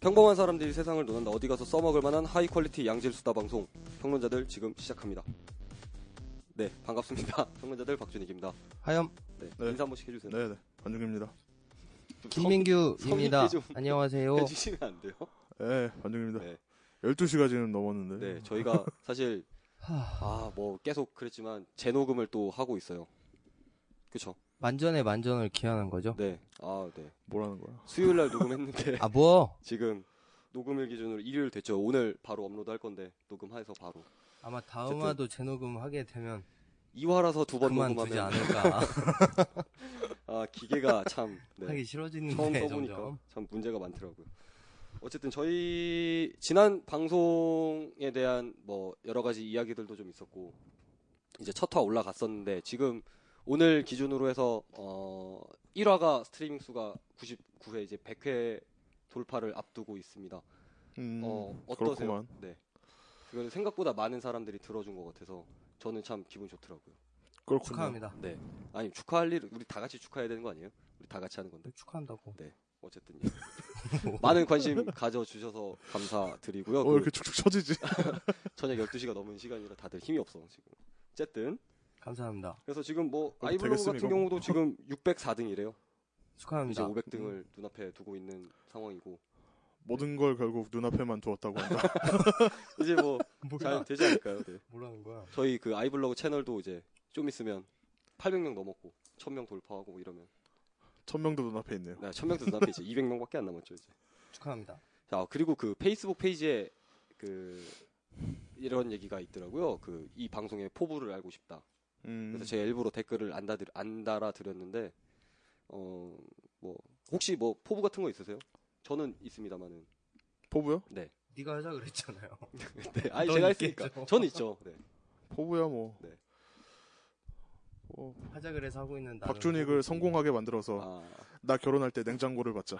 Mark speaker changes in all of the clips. Speaker 1: 평범한 사람들이 세상을 논한다. 어디 가서 써먹을 만한 하이 퀄리티 양질 수다 방송. 평론자들 지금 시작합니다. 네, 반갑습니다. 평론자들 박준익입니다.
Speaker 2: 하염
Speaker 1: 네,
Speaker 3: 네.
Speaker 1: 인사 한 번씩 해주세요.
Speaker 3: 네네 반중입니다.
Speaker 1: 성의
Speaker 2: 김민규입니다.
Speaker 1: 좀
Speaker 2: 안녕하세요.
Speaker 1: 해주시면 안 돼요?
Speaker 3: 네 반중입니다.
Speaker 1: 네.
Speaker 3: 12시가 지금 넘었는데
Speaker 1: 네, 저희가 사실 아 뭐 계속 그랬지만 재녹음을 또 하고 있어요. 그쵸?
Speaker 2: 만전에 만전을 기하는 거죠.
Speaker 1: 네, 아 네.
Speaker 3: 뭐라는 거야?
Speaker 1: 수요일 날 녹음했는데
Speaker 2: 아 뭐?
Speaker 1: 지금 녹음일 기준으로 일요일 됐죠. 오늘 바로 업로드할 건데 녹음해서 바로
Speaker 2: 아마 다음
Speaker 1: 어쨌든.
Speaker 2: 화도 재녹음 하게 되면
Speaker 1: 2화라서 두 번
Speaker 2: 그만두지
Speaker 1: 녹음하면
Speaker 2: 않을까
Speaker 1: 아 기계가 참 네.
Speaker 2: 하기
Speaker 1: 처음
Speaker 2: 싫어지는데
Speaker 1: 써보니까
Speaker 2: 점점.
Speaker 1: 참 문제가 많더라고요. 어쨌든 저희 지난 방송에 대한 뭐 여러 가지 이야기들도 좀 있었고 이제 첫 화 올라갔었는데 지금 오늘 기준으로 해서 어 1화가 스트리밍 수가 99회 이제 100회 돌파를 앞두고 있습니다.
Speaker 3: 음,
Speaker 1: 어 어떠세요?
Speaker 3: 그렇구만.
Speaker 1: 네. 그건 생각보다 많은 사람들이 들어준 것 같아서 저는 참 기분 좋더라고요.
Speaker 3: 그렇군요.
Speaker 2: 축하합니다.
Speaker 1: 네. 아니 축하할 일 우리 다 같이 축하해야 되는 거 아니에요? 우리 다 같이 하는 건데.
Speaker 2: 네, 축하한다고.
Speaker 1: 어쨌든 예. 많은 관심 가져주셔서 감사드리고요.
Speaker 3: 어, 왜
Speaker 1: 그
Speaker 3: 이렇게 축축 처지지?
Speaker 1: 저녁 12시가 넘은 시간이라 다들 힘이 없어 지금. 어쨌든
Speaker 2: 감사합니다.
Speaker 1: 그래서 지금 뭐
Speaker 3: 어,
Speaker 1: 아이블로그
Speaker 3: 되겠음,
Speaker 1: 같은
Speaker 3: 이거? 아,
Speaker 1: 경우도 지금 604등이래요. 이제
Speaker 2: 축하합니다.
Speaker 1: 500등을
Speaker 3: 음.
Speaker 1: 눈앞에 두고 있는 상황이고
Speaker 3: 모든 걸 결국 눈앞에만 두었다고 한다.
Speaker 1: 이제 뭐 잘
Speaker 2: 뭐야?
Speaker 1: 되지 않을까요? 네.
Speaker 2: 뭐라는 거야?
Speaker 1: 저희 그 아이블로그 채널도 이제 좀 있으면 800명 넘었고 1000명 돌파하고 뭐 이러면
Speaker 3: 천명도 눈앞에 있네요.
Speaker 1: 네, 1000명도 눈앞에 이제 200명밖에 안 남았죠 이제.
Speaker 2: 축하합니다.
Speaker 1: 자 그리고 그 페이스북 페이지에 그 이런 얘기가 있더라고요. 그 이 방송의 포부를 알고 싶다.
Speaker 3: 음,
Speaker 1: 그래서 제가 일부러 댓글을 안, 다들, 안 달아드렸는데 어 뭐 혹시 뭐 포부 같은 거 있으세요? 저는 있습니다만은
Speaker 3: 포부요?
Speaker 1: 네,
Speaker 2: 네가 하자 그랬잖아요.
Speaker 1: 네. 아니
Speaker 2: 넌
Speaker 1: 제가 했으니까
Speaker 2: 있겠죠.
Speaker 1: 저는 있죠. 네.
Speaker 3: 포부야 뭐.
Speaker 1: 네.
Speaker 3: 어,
Speaker 2: 하자 그래서 하고 있는 뭐 나는
Speaker 3: 박준익을 성공하게 만들어서
Speaker 1: 아
Speaker 3: 나 결혼할 때 냉장고를 받자.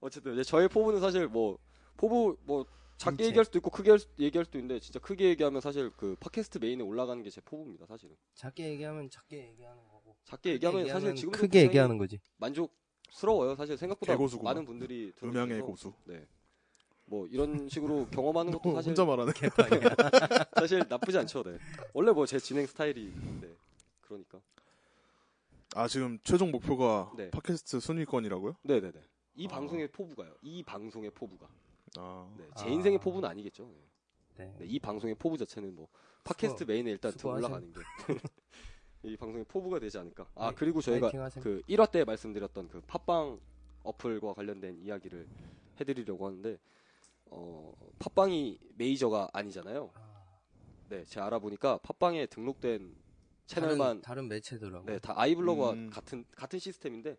Speaker 1: 어쨌든 이제 저의 포부는 사실 뭐 포부 뭐 작게
Speaker 2: 인체.
Speaker 1: 얘기할 수도 있고 크게 할 수- 얘기할 수도 있는데 진짜 크게 얘기하면 사실 그 팟캐스트 메인에 올라가는 게 제 포부입니다 사실은
Speaker 2: 작게 얘기하면 작게 얘기하는 거고.
Speaker 1: 작게 얘기하면 사실 지금
Speaker 2: 크게 얘기하는 거지.
Speaker 1: 만족스러워요 사실 생각보다
Speaker 3: 개고수구만.
Speaker 1: 많은 분들이 들어주셔서
Speaker 3: 음향의 고수.
Speaker 1: 네뭐 이런 식으로 경험하는 것도 그 사실
Speaker 3: 혼자 말하네.
Speaker 2: 개판이야.
Speaker 1: 사실 나쁘지 않죠. 네. 원래 뭐 제 진행 스타일이 네. 그러니까.
Speaker 3: 아 지금 최종 목표가
Speaker 1: 네.
Speaker 3: 팟캐스트 순위권이라고요?
Speaker 1: 네, 네, 네. 이
Speaker 3: 아.
Speaker 1: 방송의 포부가요. 이 방송의 포부가.
Speaker 3: 아
Speaker 1: 네. 제
Speaker 2: 아.
Speaker 1: 인생의 포부는 아니겠죠. 네.
Speaker 2: 네.
Speaker 1: 네, 이 방송의 포부 자체는 뭐 팟캐스트 메인에 일단 들어
Speaker 2: 수고하세요.
Speaker 1: 올라가는 게. 이 방송의 포부가 되지 않을까. 아,
Speaker 2: 네,
Speaker 1: 그리고 저희가
Speaker 2: 파이팅 하세요.
Speaker 1: 그 1화 때 말씀드렸던 그 팟빵 어플과 관련된 이야기를 해 드리려고 하는데 어, 팟빵이 메이저가 아니잖아요.
Speaker 2: 아,
Speaker 1: 네, 제가 알아보니까 팟빵에 등록된 채널만
Speaker 2: 다른, 다른 매체더라고.
Speaker 1: 네, 다 아이블로그와
Speaker 3: 음.
Speaker 1: 같은 같은 시스템인데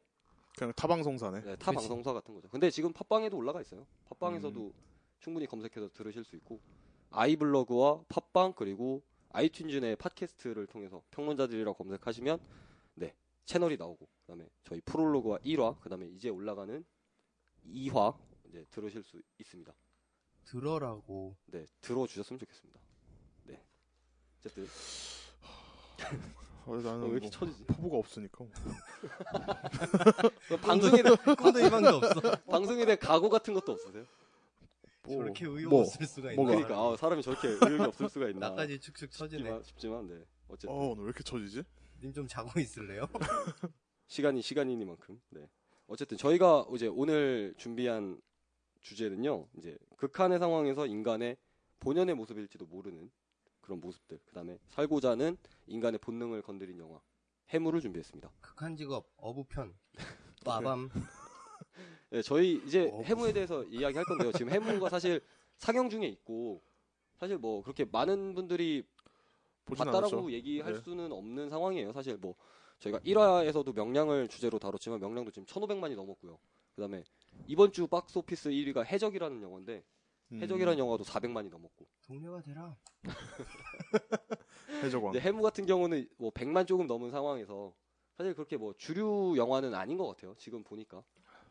Speaker 3: 그냥 타방송사네.
Speaker 1: 네, 타
Speaker 2: 그치.
Speaker 1: 방송사 같은 거죠. 근데 지금 팟빵에도 올라가 있어요. 팟빵에서도 충분히 검색해서 들으실 수 있고 아이블로그와 팟빵 그리고 아이튠즈 내 팟캐스트를 통해서 평론자들이라고 검색하시면 네 채널이 나오고 그다음에 저희 프롤로그와 1화 그다음에 이제 올라가는 2화 이제 들으실 수 있습니다.
Speaker 2: 들어라고.
Speaker 1: 네 들어주셨으면 좋겠습니다. 네 어쨌든
Speaker 3: 아, 나는
Speaker 1: 어, 왜 이렇게
Speaker 3: 뭐
Speaker 1: 쳐지지?
Speaker 3: 포부가 없으니까. 뭐.
Speaker 1: 방송에 대한
Speaker 2: 코드 희망도 없어.
Speaker 1: 방송에 대한 각오 같은 것도 없으세요?
Speaker 3: 뭐,
Speaker 2: 저렇게 의욕
Speaker 3: 뭐.
Speaker 2: 없을 수가 있나?
Speaker 3: 뭐가?
Speaker 1: 그러니까 아, 사람이 저렇게 의욕이 없을 수가 있나?
Speaker 2: 나까지 축축 처지네.
Speaker 1: 쉽지만, 쉽지만 네 어쨌든
Speaker 3: 어, 오늘 왜 이렇게 처지지?
Speaker 2: 님 좀 자고 있을래요?
Speaker 1: 시간이 시간이니만큼. 네. 어쨌든 저희가 이제 오늘 준비한 주제는요. 이제 극한의 상황에서 인간의 본연의 모습일지도 모르는 그런 모습들. 그다음에 살고자는 인간의 본능을 건드린 영화 해물을 준비했습니다.
Speaker 2: 극한 직업 어부편. 빠밤.
Speaker 1: 네, 저희 이제
Speaker 3: 어,
Speaker 1: 해무에 대해서 이야기할 건데요. 지금 해무가 사실 상영 중에 있고 사실 뭐 그렇게 많은 분들이
Speaker 3: 보진 않았죠.
Speaker 1: 봤다라고 얘기할
Speaker 3: 네.
Speaker 1: 수는 없는 상황이에요. 사실 뭐 저희가 1화에서도 명량을 주제로 다뤘지만 명량도 지금 1,500만이 넘었고요. 그다음에 이번 주 박스오피스 1위가 해적이라는 영화인데
Speaker 3: 음.
Speaker 1: 해적이라는 영화도 400만이 넘었고
Speaker 2: 동료가 되라.
Speaker 3: 해적왕.
Speaker 1: 근데 해무 같은 경우는 뭐 100만 조금 넘은 상황에서 사실 그렇게 뭐 주류 영화는 아닌 것 같아요. 지금 보니까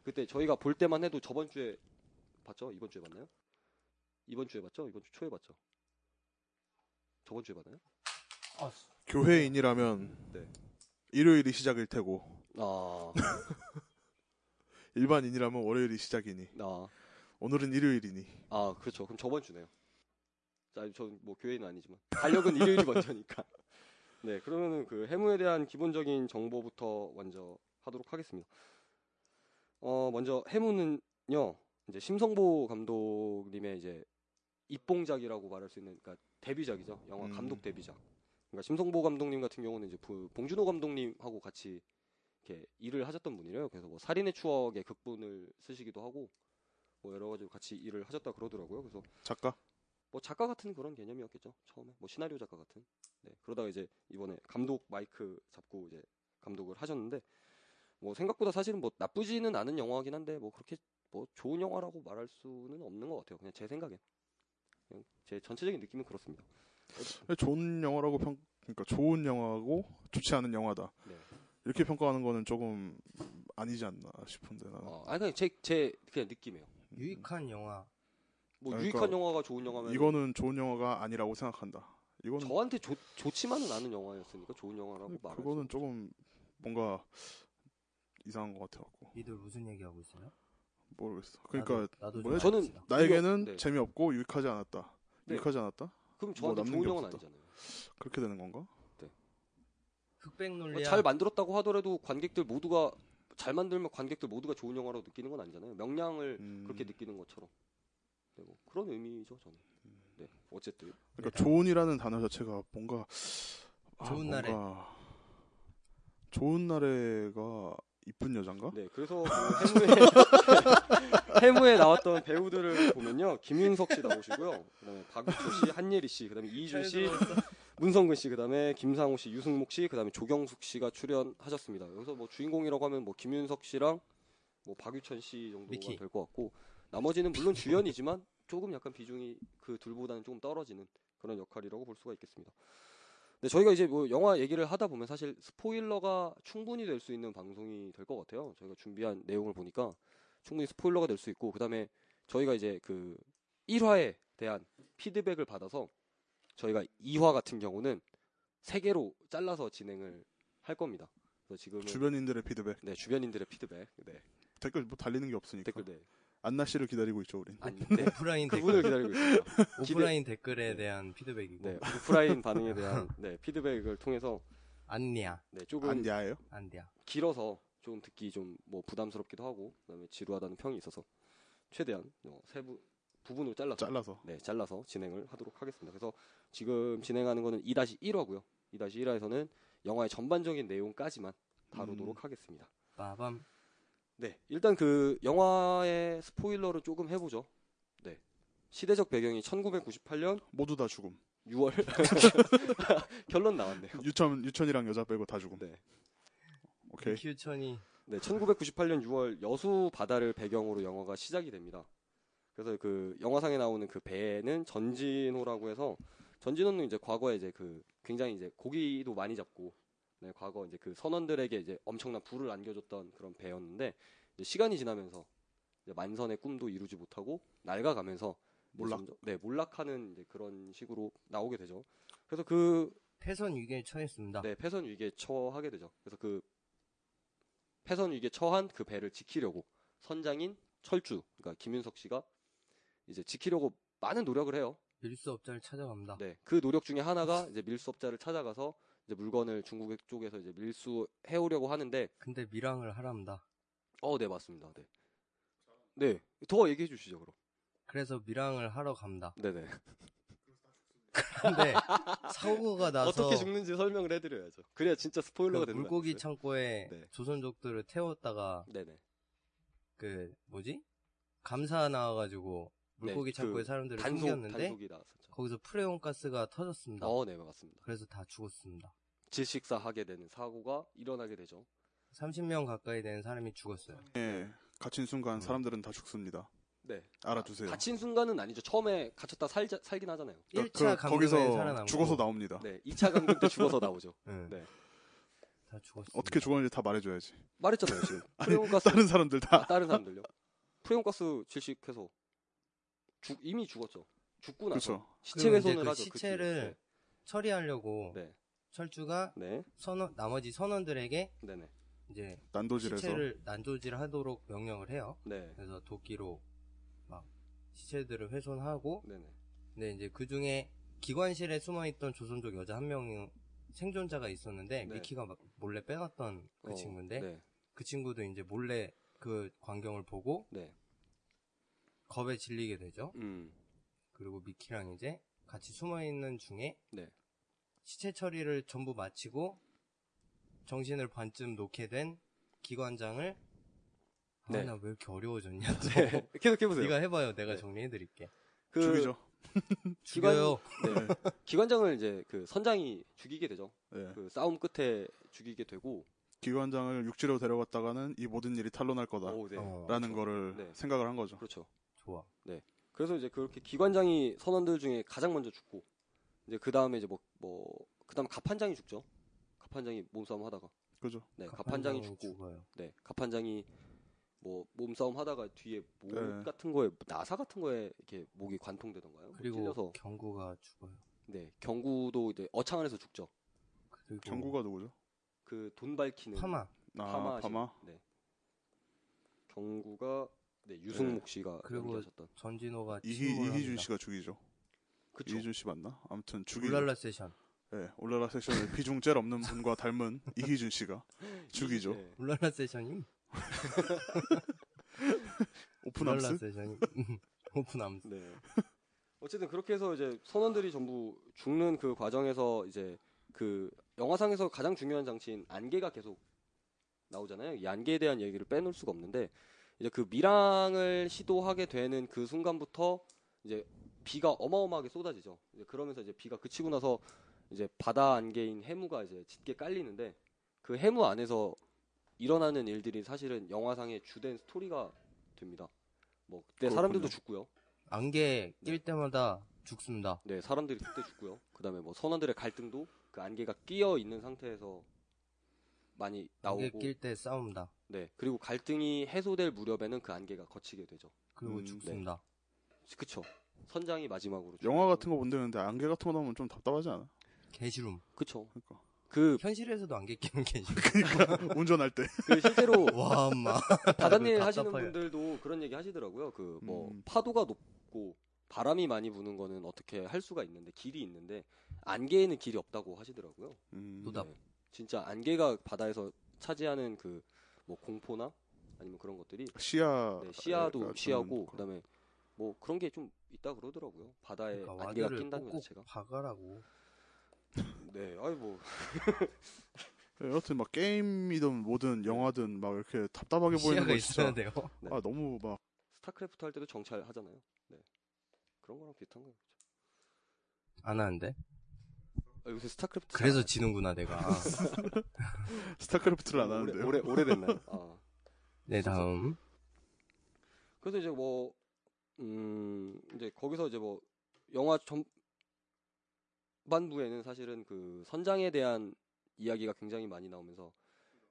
Speaker 1: 그때 저희가 볼 때만 해도 저번 주에 봤죠? 이번 주에 봤나요? 이번 주에 봤죠? 이번 주 초에 봤죠? 저번 주에 봤나요?
Speaker 2: 아,
Speaker 3: 음. 교회인이라면
Speaker 1: 네.
Speaker 3: 일요일이 시작일 테고
Speaker 1: 아
Speaker 3: 일반인이라면 월요일이 시작이니
Speaker 1: 아,
Speaker 3: 오늘은 일요일이니
Speaker 1: 아 그렇죠. 그럼 저번 주네요. 자, 전뭐 교회는 아니지만 달력은 일요일이 먼저니까. 네, 그러면은 그 해무에 대한 기본적인 정보부터 먼저 하도록 하겠습니다. 어, 먼저 해무는요, 이제 심성보 감독님의 이제 입봉작이라고 말할 수 있는, 그러니까 데뷔작이죠. 영화
Speaker 3: 음.
Speaker 1: 감독 데뷔작. 그러니까 심성보 감독님 같은 경우는 이제 부- 봉준호 감독님하고 같이 이렇게 일을 하셨던 분이래요. 그래서 뭐 살인의 추억의 극본을 쓰시기도 하고 뭐 여러 가지로 같이 일을 하셨다 그러더라고요. 그래서
Speaker 3: 작가
Speaker 1: 뭐 작가 같은 그런 개념이었겠죠 처음에 뭐 시나리오 작가 같은 네 그러다가 이제 이번에 감독 마이크 잡고 이제 감독을 하셨는데 뭐 생각보다 사실은 뭐 나쁘지는 않은 영화긴 한데 뭐 그렇게 뭐 좋은 영화라고 말할 수는 없는 것 같아요 그냥 제 생각엔 그냥 제 전체적인 느낌은 그렇습니다
Speaker 3: 좋은 영화라고 평 그러니까 좋은 영화고 좋지 않은 영화다
Speaker 1: 네
Speaker 3: 이렇게 평가하는 거는 조금 아니지 않나 싶은데 나는
Speaker 1: 어, 아니 그냥 제 제 그냥 느낌이에요
Speaker 2: 유익한 영화.
Speaker 1: 뭐
Speaker 3: 그러니까
Speaker 1: 유익한 영화가 좋은 영화면
Speaker 3: 이거는 좋은 영화가 아니라고 생각한다 이거는
Speaker 1: 저한테 좋 좋지만은 않은 영화였으니까 좋은 영화라고 말할 수
Speaker 3: 그거는 조금 뭔가 이상한 것 같아갖고
Speaker 2: 니들 무슨 얘기하고 있어요?
Speaker 3: 모르겠어 그러니까
Speaker 2: 나도, 나도
Speaker 3: 뭐야?
Speaker 2: 좀
Speaker 1: 저는
Speaker 2: 알겠습니다.
Speaker 3: 나에게는
Speaker 1: 아, 네. 이거- 네.
Speaker 3: 재미없고 유익하지 않았다
Speaker 1: 네.
Speaker 3: 유익하지 않았다
Speaker 1: 그럼 저한테
Speaker 3: 뭐 남는
Speaker 1: 좋은
Speaker 3: 게
Speaker 1: 영화는
Speaker 3: 없었다.
Speaker 1: 아니잖아요
Speaker 3: 그렇게 되는 건가
Speaker 2: 흑백
Speaker 1: 뭐
Speaker 2: 논리야.
Speaker 1: 잘 만들었다고 하더라도 관객들 모두가 잘 만들면 관객들 모두가 좋은 영화라고 느끼는 건 아니잖아요. 명량을
Speaker 3: 음,
Speaker 1: 그렇게 느끼는 것처럼. 네, 뭐 그런 의미죠, 저는. 네, 어쨌든.
Speaker 3: 그러니까 좋은이라는 단어 자체가 뭔가
Speaker 2: 예.
Speaker 3: 아,
Speaker 2: 좋은 날에.
Speaker 3: 뭔가 좋은 날에가 이쁜 여잔가
Speaker 1: 네, 그래서 그 해무에, 해무에 나왔던 배우들을 보면요. 김윤석 씨 나오시고요. 그다음에 박유초 씨, 한예리 씨, 그다음에 이준 씨, 문성근 씨, 그다음에 김상우 씨, 유승목 씨, 그다음에 조경숙 씨가 출연하셨습니다. 여기서 뭐 주인공이라고 하면 뭐 김윤석 씨랑 뭐 박유천 씨 정도가
Speaker 2: 미키.
Speaker 1: 될 것 같고 나머지는 물론 주연이지만 조금 약간 비중이 그 둘보다는 조금 떨어지는 그런 역할이라고 볼 수가 있겠습니다. 근데 저희가 이제 뭐 영화 얘기를 하다 보면 사실 스포일러가 충분히 될 수 있는 방송이 될 것 같아요. 저희가 준비한 내용을 보니까 충분히 스포일러가 될 수 있고 그다음에 저희가 이제 그 1화에 대한 피드백을 받아서 저희가 2화 같은 경우는 세 개로 잘라서 진행을 할 겁니다. 그래서 지금은
Speaker 3: 주변인들의 피드백
Speaker 1: 네, 주변인들의 피드백. 네.
Speaker 3: 댓글 뭐 달리는 게 없으니까
Speaker 1: 댓글 네.
Speaker 3: 안나 씨를 기다리고 있죠 우린
Speaker 2: 아니,
Speaker 1: 네.
Speaker 2: 오프라인 댓글.
Speaker 1: 그분을 기다리고 있습니다.
Speaker 2: 오프라인 댓글에 대한 피드백이고.
Speaker 1: 네, 오프라인 반응에 대한 네, 피드백을 통해서
Speaker 2: 안냐,
Speaker 1: 네, 조금
Speaker 3: 안야예요
Speaker 2: 안냐.
Speaker 1: 길어서 좀 듣기 좀 뭐 부담스럽기도 하고 그다음에 지루하다는 평이 있어서 최대한 어, 세부 부분으로 잘라서
Speaker 3: 잘라서
Speaker 1: 네, 잘라서 진행을 하도록 하겠습니다. 그래서 지금 진행하는 거는 2-1화고요. 2-1화에서는 영화의 전반적인 내용까지만 다루도록 하겠습니다.
Speaker 2: 빠밤.
Speaker 1: 네, 일단 그 영화의 스포일러를 조금 해보죠. 네, 시대적 배경이 1998년
Speaker 3: 모두 다 죽음
Speaker 1: 6월 결론 나왔네요.
Speaker 3: 유천 유천이랑 여자 빼고 다 죽음
Speaker 1: 네.
Speaker 3: 오케이
Speaker 2: 키우천이
Speaker 1: 네, 1998년 6월 여수 바다를 배경으로 영화가 시작이 됩니다. 그래서 그 영화상에 나오는 그 배는 전진호라고 해서 전진호는 이제 과거에 이제 그 굉장히 이제 고기도 많이 잡고 네, 과거 이제 그 선원들에게 이제 엄청난 부를 안겨줬던 그런 배였는데 이제 시간이 지나면서 이제 만선의 꿈도 이루지 못하고 낡아가면서 이제
Speaker 3: 몰락.
Speaker 1: 점점- 네, 몰락하는 이제 그런 식으로 나오게 되죠. 그래서 그
Speaker 2: 패선 위기에 처했습니다.
Speaker 1: 네, 패선 위기에 처하게 되죠. 그래서 그 패선 위기에 처한 그 배를 지키려고 선장인 철주, 그러니까 김윤석 씨가 이제 지키려고 많은 노력을 해요.
Speaker 2: 밀수업자를 찾아갑니다.
Speaker 1: 네, 그 노력 중에 하나가 이제 밀수업자를 찾아가서 이제 물건을 중국 쪽에서 이제 밀수해 오려고 하는데,
Speaker 2: 근데 밀항을 하랍니다.
Speaker 1: 어, 네 맞습니다. 네, 네, 더 얘기해 주시죠 그럼.
Speaker 2: 그래서 밀항을 하러 갑니다.
Speaker 1: 네, 네.
Speaker 2: 근데 사고가 나서
Speaker 1: 어떻게 죽는지 설명을 해드려야죠. 그래야 진짜
Speaker 2: 그
Speaker 1: 스포일러가 되는
Speaker 2: 물고기
Speaker 1: 거
Speaker 2: 창고에
Speaker 1: 네.
Speaker 2: 조선족들을 태웠다가
Speaker 1: 아니에요? 네,
Speaker 2: 그 뭐지 감사 나와가지고 물고기
Speaker 1: 네,
Speaker 2: 창고에
Speaker 1: 그
Speaker 2: 사람들을
Speaker 1: 단속
Speaker 2: 숨겼는데
Speaker 1: 단속이 나왔었죠.
Speaker 2: 거기서 프레온 가스가 터졌습니다.
Speaker 1: 어, 네 맞습니다.
Speaker 2: 그래서 다 죽었습니다.
Speaker 1: 질식사하게 되는 사고가 일어나게 되죠.
Speaker 2: 30명 가까이 되는 사람이 죽었어요.
Speaker 3: 예 갇힌
Speaker 2: 음.
Speaker 3: 순간 사람들은 다 죽습니다
Speaker 1: 네.
Speaker 3: 알아두세요
Speaker 1: 갇힌 순간은 아니죠. 처음에 갇혔다 살자, 살긴 하잖아요.
Speaker 3: 그러니까
Speaker 2: 1차
Speaker 3: 그-
Speaker 2: 감금에
Speaker 3: 거기서
Speaker 2: 살아남고
Speaker 3: 죽어서 나옵니다
Speaker 1: 네. 2차 감금 때 죽어서 나오죠.
Speaker 2: 응.
Speaker 1: 네.
Speaker 2: 다 죽었습니다.
Speaker 3: 어떻게 죽었는지 다 말해줘야지
Speaker 1: 말했잖아요, 지금.
Speaker 3: 아니,
Speaker 1: 프레온가스,
Speaker 3: 다른 사람들 다
Speaker 1: 아, 다른 사람들요. 프레온가스 질식해서 죽, 이미 죽었죠.
Speaker 2: 음.
Speaker 1: 죽고 나서.
Speaker 3: 그렇죠
Speaker 1: 시체
Speaker 2: 그리고 이제
Speaker 1: 훼손을
Speaker 2: 그
Speaker 1: 하죠.
Speaker 2: 시체를- 처리하려고
Speaker 1: 그 뒤에. 네.
Speaker 2: 철주가
Speaker 1: 네.
Speaker 2: 선원 나머지 선원들에게
Speaker 1: 네. 네.
Speaker 2: 이제
Speaker 3: 난도질에서
Speaker 2: 시체를 난조질하도록 명령을 해요.
Speaker 1: 네.
Speaker 2: 그래서 도끼로 막 시체들을 훼손하고
Speaker 1: 네네.
Speaker 2: 근데 이제 그 중에 기관실에 숨어있던 조선족 여자 한 명이 생존자가 있었는데
Speaker 1: 네.
Speaker 2: 미키가 막 몰래 빼놨던 그
Speaker 1: 어,
Speaker 2: 친구인데
Speaker 1: 네.
Speaker 2: 그 친구도 이제 몰래 그 광경을 보고
Speaker 1: 네.
Speaker 2: 겁에 질리게 되죠.
Speaker 1: 음.
Speaker 2: 그리고 미키랑 이제 같이 숨어있는 중에
Speaker 1: 네.
Speaker 2: 시체 처리를 전부 마치고 정신을 반쯤 놓게 된 기관장을
Speaker 1: 네.
Speaker 2: 아, 나 왜 이렇게 어려워졌냐.
Speaker 1: 네. 계속 해보세요.
Speaker 2: 네가 해봐요. 내가
Speaker 1: 네.
Speaker 2: 정리해드릴게.
Speaker 1: 그
Speaker 3: 죽이죠.
Speaker 1: 기관-
Speaker 2: 죽여요.
Speaker 1: 네. 기관장을 이제 그 선장이 죽이게 되죠.
Speaker 3: 예.
Speaker 1: 그 싸움 끝에 죽이게 되고.
Speaker 3: 기관장을 육지로 데려갔다가는 이 모든 일이 탄로날 거다라는
Speaker 1: 오, 네.
Speaker 2: 어,
Speaker 3: 거를
Speaker 1: 네.
Speaker 3: 생각을 한 거죠.
Speaker 1: 그렇죠.
Speaker 2: 좋아.
Speaker 1: 그래서 이제 그렇게 기관장이 선원들 중에 가장 먼저 죽고 이제 그 다음에 이제 뭐 뭐 그 다음 갑판장이 죽죠. 갑판장이 몸싸움 하다가
Speaker 3: 그죠?
Speaker 1: 네 갑판장이 죽고
Speaker 2: 죽어요.
Speaker 1: 네 갑판장이 뭐 몸싸움 하다가 뒤에 목
Speaker 3: 네.
Speaker 1: 같은 거에 나사 같은 거에 이렇게 목이 관통되던가요. 뭐
Speaker 2: 그리고
Speaker 1: 찔려서
Speaker 2: 경구가 죽어요.
Speaker 1: 네 경구도 이제 어창안에서 죽죠.
Speaker 2: 그리고
Speaker 3: 경구가 누구죠?
Speaker 1: 그 돈 밝히는
Speaker 2: 파마.
Speaker 3: 아,
Speaker 1: 파마,
Speaker 3: 파마.
Speaker 1: 네 경구가 네 유승목 씨가
Speaker 2: 그리고
Speaker 1: 연기하셨던
Speaker 2: 전진호가
Speaker 3: 이희 이희준 씨가 죽이죠.
Speaker 1: 그쵸
Speaker 3: 이희준 씨 맞나? 아무튼 죽이죠.
Speaker 2: 울랄라 세션.
Speaker 3: 예, 올라라 섹션의 비중 젤 없는 분과 닮은 이희준 씨가 죽이죠.
Speaker 1: 네.
Speaker 2: 울랄라 세션이 울랄라
Speaker 3: 오픈함스?
Speaker 2: 세션이 오픈함스.
Speaker 1: 네. 어쨌든 그렇게 해서 이제 선원들이 전부 죽는 그 과정에서 이제 그 영화상에서 가장 중요한 장치인 안개가 계속 나오잖아요. 이 안개에 대한 얘기를 빼놓을 수가 없는데 이제 그 미랑을 시도하게 되는 그 순간부터 이제 비가 어마어마하게 쏟아지죠. 이제 그러면서 이제 비가 그치고 나서 이제 바다 안개인 해무가 이제 짙게 깔리는데 그 해무 안에서 일어나는 일들이 사실은 영화상의 주된 스토리가 됩니다. 뭐 그때 사람들도
Speaker 3: 그렇군요.
Speaker 1: 죽고요.
Speaker 2: 안개 낄 때마다 죽습니다.
Speaker 1: 네, 사람들이 그때 죽고요. 그다음에 뭐 선원들의 갈등도 그 안개가 끼어 있는 상태에서 많이
Speaker 2: 안개
Speaker 1: 나오고
Speaker 2: 낄 때 싸웁니다.
Speaker 1: 네. 그리고 갈등이 해소될 무렵에는 그 안개가 거치게 되죠.
Speaker 2: 그리고
Speaker 3: 음,
Speaker 2: 죽습니다.
Speaker 1: 그쵸 선장이 마지막으로
Speaker 3: 영화 같은 거 본다는데 안개 같은 거 나오면 좀 답답하지 않아?
Speaker 2: 개시룸.
Speaker 1: 그쵸
Speaker 3: 그러니까.
Speaker 1: 그,
Speaker 2: 현실에서도 안개 끼는 개시룸.
Speaker 3: 운전할 때.
Speaker 1: 그 실제로
Speaker 2: 와, 엄마.
Speaker 1: 바닷일
Speaker 2: 답답해요.
Speaker 1: 하시는 분들도 그런 얘기 하시더라고요. 그 뭐
Speaker 3: 음.
Speaker 1: 파도가 높고 바람이 많이 부는 거는 어떻게 할 수가 있는데 길이 있는데 안개에는 길이 없다고 하시더라고요.
Speaker 3: 음,
Speaker 2: 노답.
Speaker 1: 네. 진짜 안개가 바다에서 차지하는 그 뭐 공포나 아니면 그런 것들이
Speaker 3: 시야.
Speaker 1: 네, 시야도
Speaker 3: 아, 예, 약간
Speaker 1: 시야고
Speaker 3: 그런 거.
Speaker 1: 그다음에 뭐 그런 게 좀 있다 그러더라고요. 바다에
Speaker 2: 그러니까
Speaker 1: 네, 안개가
Speaker 2: 와드를
Speaker 1: 낀다는 것
Speaker 2: 꼭꼭
Speaker 1: 자체가.
Speaker 2: 박아라고.
Speaker 1: 네, 아이 뭐
Speaker 3: 예, 여하튼 막 게임이든 뭐든 영화든 막 이렇게 답답하게 보이는
Speaker 2: 시야가
Speaker 3: 거 진짜.
Speaker 2: 있어야 돼요.
Speaker 1: 네.
Speaker 3: 아 너무 막
Speaker 1: 스타크래프트 할 때도 정찰 하잖아요. 네, 그런 거랑 비슷한 거예요.
Speaker 2: 안 하는데.
Speaker 1: 아, 요새 스타크래프트
Speaker 2: 그래서
Speaker 1: 잘
Speaker 2: 지는구나, 내가.
Speaker 3: 스타크래프트를
Speaker 1: 안
Speaker 3: 안
Speaker 1: 해요.
Speaker 3: 하는데요.
Speaker 1: 네, 오래 오래 오래됐나요? 아.
Speaker 2: 네, 다음.
Speaker 1: 그래서 이제 뭐, 음, 이제 거기서 이제 뭐, 영화 전반부에는 사실은 그 선장에 대한 이야기가 굉장히 많이 나오면서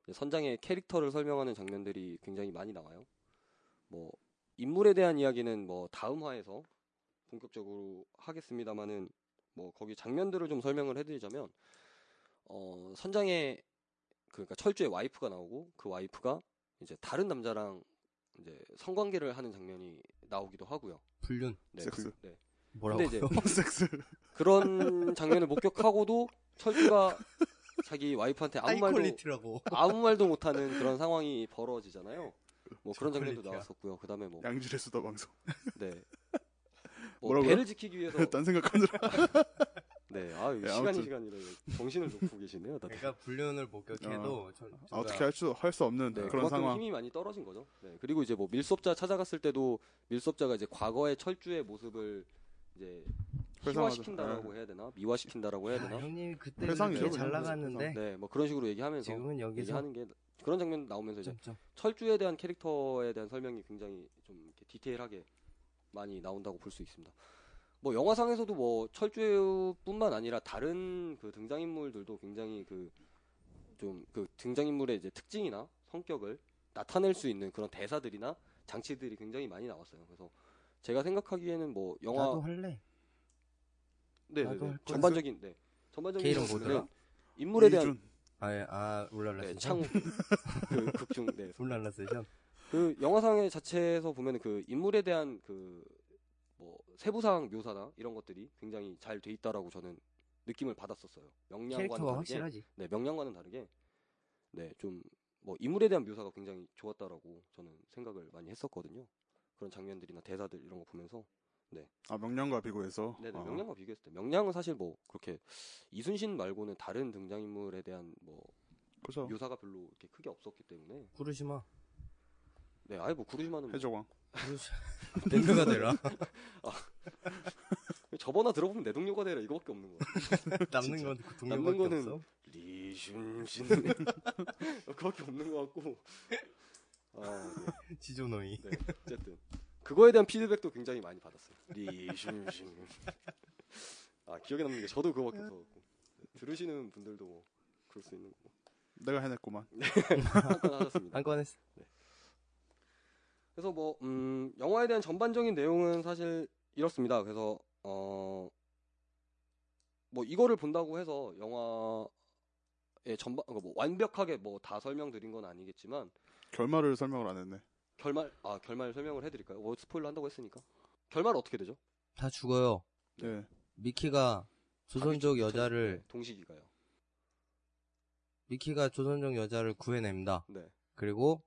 Speaker 1: 이제 선장의 캐릭터를 설명하는 장면들이 굉장히 많이 나와요. 뭐, 인물에 대한 이야기는 뭐, 다음 화에서 본격적으로 하겠습니다만은 뭐, 거기 장면들을 좀 설명을 해드리자면, 어, 선장의 그러니까 철주의 와이프가 나오고 그 와이프가 이제 다른 남자랑 이제 성관계를 하는 장면이 나오기도 하고요.
Speaker 2: 불륜.
Speaker 1: 네,
Speaker 3: 섹스.
Speaker 1: 그- 네.
Speaker 2: 뭐라고요?
Speaker 1: 근데 이제
Speaker 3: 섹스.
Speaker 1: 그런 장면을 목격하고도 철주가 자기 와이프한테 아무
Speaker 2: 하이
Speaker 1: 말도
Speaker 2: 퀄리티라고.
Speaker 1: 아무 말도 못하는 그런 상황이 벌어지잖아요. 뭐 그런
Speaker 2: 저
Speaker 1: 장면도
Speaker 2: 퀄리티야.
Speaker 1: 나왔었고요. 그다음에 뭐
Speaker 3: 양질의 수다 방송.
Speaker 1: 네. 뭐
Speaker 3: 뭐라고요?
Speaker 1: 배를 지키기 위해서
Speaker 3: 딴 생각하느라.
Speaker 1: 네. 아,
Speaker 3: 네,
Speaker 1: 시간이
Speaker 3: 아무튼.
Speaker 1: 시간이라 정신을 놓고 계시네요. 다들.
Speaker 2: 내가 불륜을 목격해도 저-
Speaker 3: 아,
Speaker 2: 저가
Speaker 3: 어떻게 할 수 할 수 없는
Speaker 1: 네,
Speaker 3: 그런
Speaker 1: 그만큼
Speaker 3: 상황.
Speaker 1: 힘이 많이 떨어진 거죠. 네, 그리고 이제 뭐 밀수업자 찾아갔을 때도 밀수업자가 이제 과거의 철주의 모습을 이제
Speaker 3: 회상하죠. 네.
Speaker 1: 희화시킨다라고 해야 되나 미화시킨다라고 해야
Speaker 2: 야,
Speaker 1: 되나?
Speaker 2: 아, 형님 그때
Speaker 3: 회상이죠,
Speaker 2: 그렇게 잘
Speaker 3: 그냥.
Speaker 2: 나갔는데
Speaker 1: 네, 뭐 그런 식으로 얘기하면서
Speaker 2: 지금은 네. 여기서
Speaker 1: 얘기하는 게 그런 장면 나오면서 이제
Speaker 2: 점점.
Speaker 1: 철주에 대한 캐릭터에 대한 설명이 굉장히 좀 이렇게 디테일하게 많이 나온다고 볼 수 있습니다. 뭐 영화상에서도 뭐 철주뿐만 아니라 다른 그 등장인물들도 굉장히 그 좀 그 등장인물의 이제 특징이나 성격을 나타낼 수 있는 그런 대사들이나 장치들이 굉장히 많이 나왔어요. 그래서 제가 생각하기에는 뭐
Speaker 2: 나도
Speaker 1: 영화
Speaker 2: 할래.
Speaker 1: 네, 네,
Speaker 2: 나도
Speaker 1: 네.
Speaker 2: 할 거야.
Speaker 1: 전반적인 네. 전반적인
Speaker 2: 걔 이름
Speaker 1: 부분은
Speaker 2: 뭐더라?
Speaker 1: 인물에 대한
Speaker 3: 이준.
Speaker 2: 아, 예, 아 울랄라
Speaker 1: 네,
Speaker 2: 세션.
Speaker 1: 창욱 그 극중 네.
Speaker 2: 울랄라 세션.
Speaker 1: 그 영화상의 자체에서 보면은 그 인물에 대한 그 뭐 세부상 묘사나 이런 것들이 굉장히 잘 돼 있다라고 저는 느낌을 받았었어요. 명량과는
Speaker 2: 캐릭터가
Speaker 1: 다르게
Speaker 2: 확실하지.
Speaker 1: 네, 명량과는 다르게 네 좀 뭐 인물에 대한 묘사가 굉장히 좋았다라고 저는 생각을 많이 했었거든요. 그런 장면들이나 대사들 이런 거 보면서
Speaker 3: 아 명량과 비교해서.
Speaker 1: 네네,
Speaker 3: 아.
Speaker 1: 명량과 비교했을 때 명량은 사실 뭐 그렇게 이순신 말고는 다른 등장인물에 대한 뭐
Speaker 3: 그죠.
Speaker 1: 묘사가 별로 이렇게 크게 없었기 때문에
Speaker 2: 구르시마.
Speaker 1: 네 아예 뭐 구르시마는 뭐
Speaker 3: 해적왕.
Speaker 2: 구르시마. 대표가 되라.
Speaker 1: 저번화 들어보면 내 동료가 되라 이거밖에 없는 거야.
Speaker 2: 남는 건 동료밖에
Speaker 1: 남는 거는-
Speaker 2: 없어.
Speaker 1: 리순신 어, 그밖에 없는 것 같고 아, 네.
Speaker 2: 지조노이.
Speaker 1: 네, 어쨌든 그거에 대한 피드백도 굉장히 많이 받았어요 리순신 아 기억에 남는 게 저도 그거밖에 없어갖고 네, 들으시는 분들도 뭐 그럴 수 있는 거고
Speaker 3: 내가 해냈구만.
Speaker 1: 한건 하셨습니다
Speaker 2: 한건 했어.
Speaker 1: 그래서 뭐 음, 영화에 대한 전반적인 내용은 사실 이렇습니다 그래서 어, 뭐 이거를 본다고 해서 영화의 전반 그러니까 뭐 완벽하게 뭐 다 설명드린 건 아니겠지만
Speaker 3: 결말을 설명을 안 했네.
Speaker 1: 결말 아 결말 설명을 해드릴까요? 뭐 스포일러 한다고 했으니까 결말 어떻게 되죠?
Speaker 2: 다 죽어요.
Speaker 3: 네.
Speaker 2: 미키가 조선족 여자를
Speaker 1: 네, 동식이가요.
Speaker 2: 미키가 조선족 여자를 구해냅니다.
Speaker 1: 네,
Speaker 2: 그리고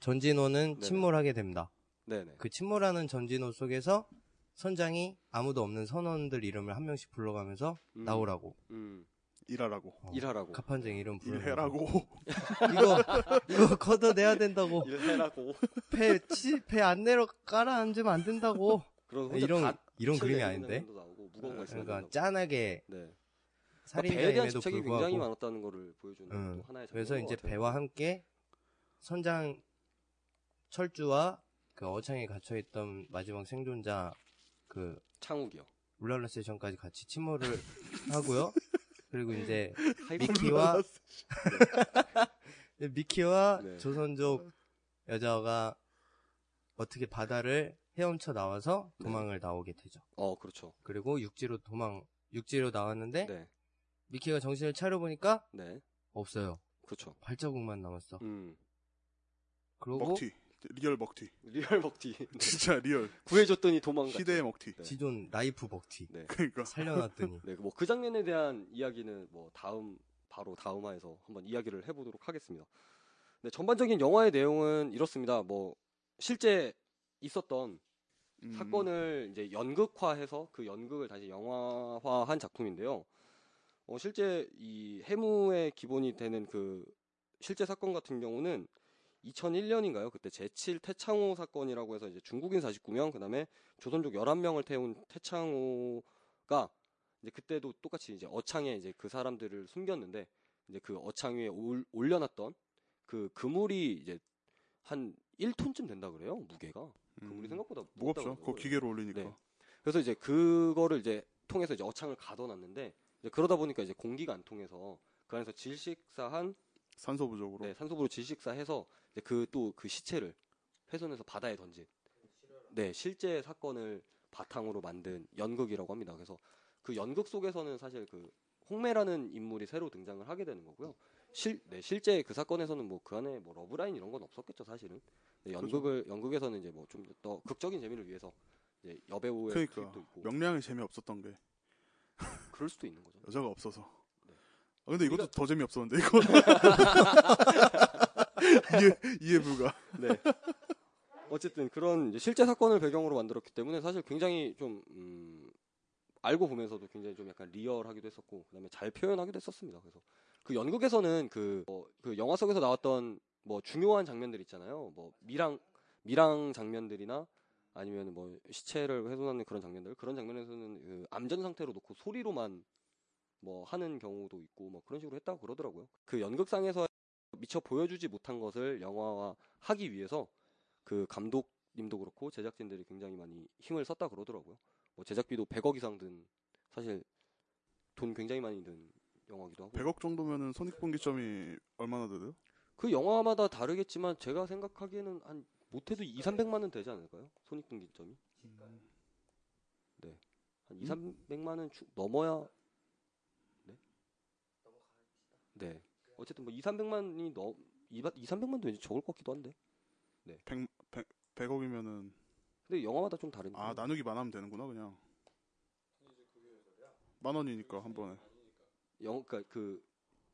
Speaker 2: 전진호는
Speaker 1: 네네.
Speaker 2: 침몰하게 됩니다.
Speaker 1: 네, 네,
Speaker 2: 그 침몰하는 전진호 속에서 선장이 아무도 없는 선원들 이름을 한 명씩 불러가면서
Speaker 1: 음,
Speaker 2: 나오라고.
Speaker 1: 음,
Speaker 3: 일하라고.
Speaker 2: 어,
Speaker 1: 일하라고.
Speaker 2: 갑판쟁이 이름
Speaker 3: 네.
Speaker 2: 불러.
Speaker 3: 일해라고.
Speaker 2: 이거 이거 걷어내야 된다고.
Speaker 1: 일해라고.
Speaker 2: 배배안 내려 깔아 앉으면 안 된다고.
Speaker 1: 그런 혼자
Speaker 2: 네, 이런
Speaker 1: 다
Speaker 2: 이런
Speaker 1: 칠레
Speaker 2: 그림이
Speaker 1: 있는
Speaker 2: 아닌데.
Speaker 1: 사람도 나오고 무거운 거 있으면
Speaker 2: 그러니까
Speaker 1: 된다고.
Speaker 2: 짠하게
Speaker 1: 네. 그러니까 배에 대한
Speaker 2: 살인자임에도
Speaker 1: 집착이 굉장히
Speaker 2: 불구하고.
Speaker 1: 많았다는 거를 보여주는
Speaker 2: 음,
Speaker 1: 또 하나의 장면인
Speaker 2: 그래서
Speaker 1: 것
Speaker 2: 이제
Speaker 1: 같아요.
Speaker 2: 배와 함께 선장 철주와 그 어창에 갇혀 있던 마지막 생존자 그
Speaker 1: 창욱이요.
Speaker 2: 울랄라 세션까지 같이 침몰을 하고요. 그리고 이제
Speaker 1: 하이피와
Speaker 2: 미키와 미키와
Speaker 1: 네.
Speaker 2: 조선족 여자가 어떻게 바다를 헤엄쳐 나와서 도망을 나오게 되죠.
Speaker 1: 어 그렇죠.
Speaker 2: 그리고 육지로 도망 육지로 나왔는데
Speaker 1: 네,
Speaker 2: 미키가 정신을 차려 보니까
Speaker 1: 네,
Speaker 2: 없어요.
Speaker 1: 그렇죠.
Speaker 2: 발자국만 남았어.
Speaker 1: 음
Speaker 2: 그러고
Speaker 3: 먹튀. 리얼 먹튀.
Speaker 1: 리얼 먹튀
Speaker 3: 진짜 리얼.
Speaker 1: 구해줬더니 도망가.
Speaker 3: 시대의 먹튀.
Speaker 1: 네.
Speaker 2: 지존 라이프 먹튀
Speaker 1: 네.
Speaker 3: 그러니까.
Speaker 2: 살려놨더니
Speaker 1: 네, 뭐 그 장면에 대한 이야기는 뭐 다음 바로 다음화에서 한번 이야기를 해보도록 하겠습니다. 네, 전반적인 영화의 내용은 이렇습니다. 뭐 실제 있었던
Speaker 3: 음,
Speaker 1: 사건을 이제 연극화해서 그 연극을 다시 영화화한 작품인데요. 어, 실제 이 해무의 기본이 되는 그 실제 사건 같은 경우는 2001년인가요? 그때 제7 태창호 사건이라고 해서 이제 중국인 49명, 그 다음에 조선족 11명을 태운 태창호가 이제 그때도 똑같이 이제 어창에 이제 그 사람들을 숨겼는데 이제 그 어창 위에 올, 올려놨던 그 그물이 이제 한 1톤쯤 된다 그래요, 무게가.
Speaker 3: 음,
Speaker 1: 그물이 생각보다 무겁다
Speaker 3: 무겁죠.
Speaker 1: 그러더라고요.
Speaker 3: 그거 기계로 올리니까.
Speaker 1: 네. 그래서 이제 그거를 이제 통해서 이제 어창을 가둬놨는데 이제 그러다 보니까 이제 공기가 안 통해서 그 안에서 질식사한
Speaker 3: 산소 부족으로.
Speaker 1: 네, 산소부로 질식사해서 이제 그 또 그 시체를 훼손해서 바다에 던진 네 실제 사건을 바탕으로 만든 연극이라고 합니다. 그래서 그 연극 속에서는 사실 그 홍매라는 인물이 새로 등장을 하게 되는 거고요. 실, 네, 실제 그 사건에서는 뭐 그 안에 뭐 러브라인 이런 건 없었겠죠, 사실은. 네,
Speaker 3: 그렇죠.
Speaker 1: 연극을, 연극에서는 이제 뭐 좀 더 극적인 재미를 위해서 이제 여배우의
Speaker 3: 그러니까
Speaker 1: 투입도 있고.
Speaker 3: 명량이 재미없었던 게
Speaker 1: 그럴 수도 있는 거죠.
Speaker 3: 여자가 없어서.
Speaker 1: 네.
Speaker 3: 아, 근데 이것도
Speaker 1: 우리가-
Speaker 3: 더 재미없었는데 이거. 이해 이해 불가.
Speaker 1: 네. 어쨌든 그런 이제 실제 사건을 배경으로 만들었기 때문에 사실 굉장히 좀 음, 알고 보면서도 굉장히 좀 약간 리얼하기도 했었고 그다음에 잘 표현하기도 했었습니다. 그래서 그 연극에서는 그, 어, 그 영화 속에서 나왔던 뭐 중요한 장면들 있잖아요. 뭐 미랑 미랑 장면들이나 아니면 뭐 시체를 훼손하는 그런 장면들 그런 장면에서는 그 암전 상태로 놓고 소리로만 뭐 하는 경우도 있고 뭐 그런 식으로 했다고 그러더라고요. 그 연극상에서 미처 보여주지 못한 것을 영화화 하기 위해서 그 감독님도 그렇고 제작진들이 굉장히 많이 힘을 썼다 그러더라고요. 뭐 제작비도 100억 이상 든 사실 돈 굉장히 많이 든 영화기도 하고
Speaker 3: 100억 정도면은 손익분기점이 얼마나 되요?
Speaker 1: 그 영화마다 다르겠지만 제가 생각하기에는 한 못해도 2, 300만 원 되지 않을까요? 손익분기점이. 네. 한 2, 300만 원 넘어야 네. 네. 어쨌든 뭐 2, 300만이 넘 2, 300만도 왠지 적을 것 같기도 한데.
Speaker 3: 100억이면은
Speaker 1: 근데 영화마다 좀 다르니까.
Speaker 3: 아 나누기만 하면 되는구나 그냥 만 원이니까 한 번에
Speaker 1: 영, 그니까 그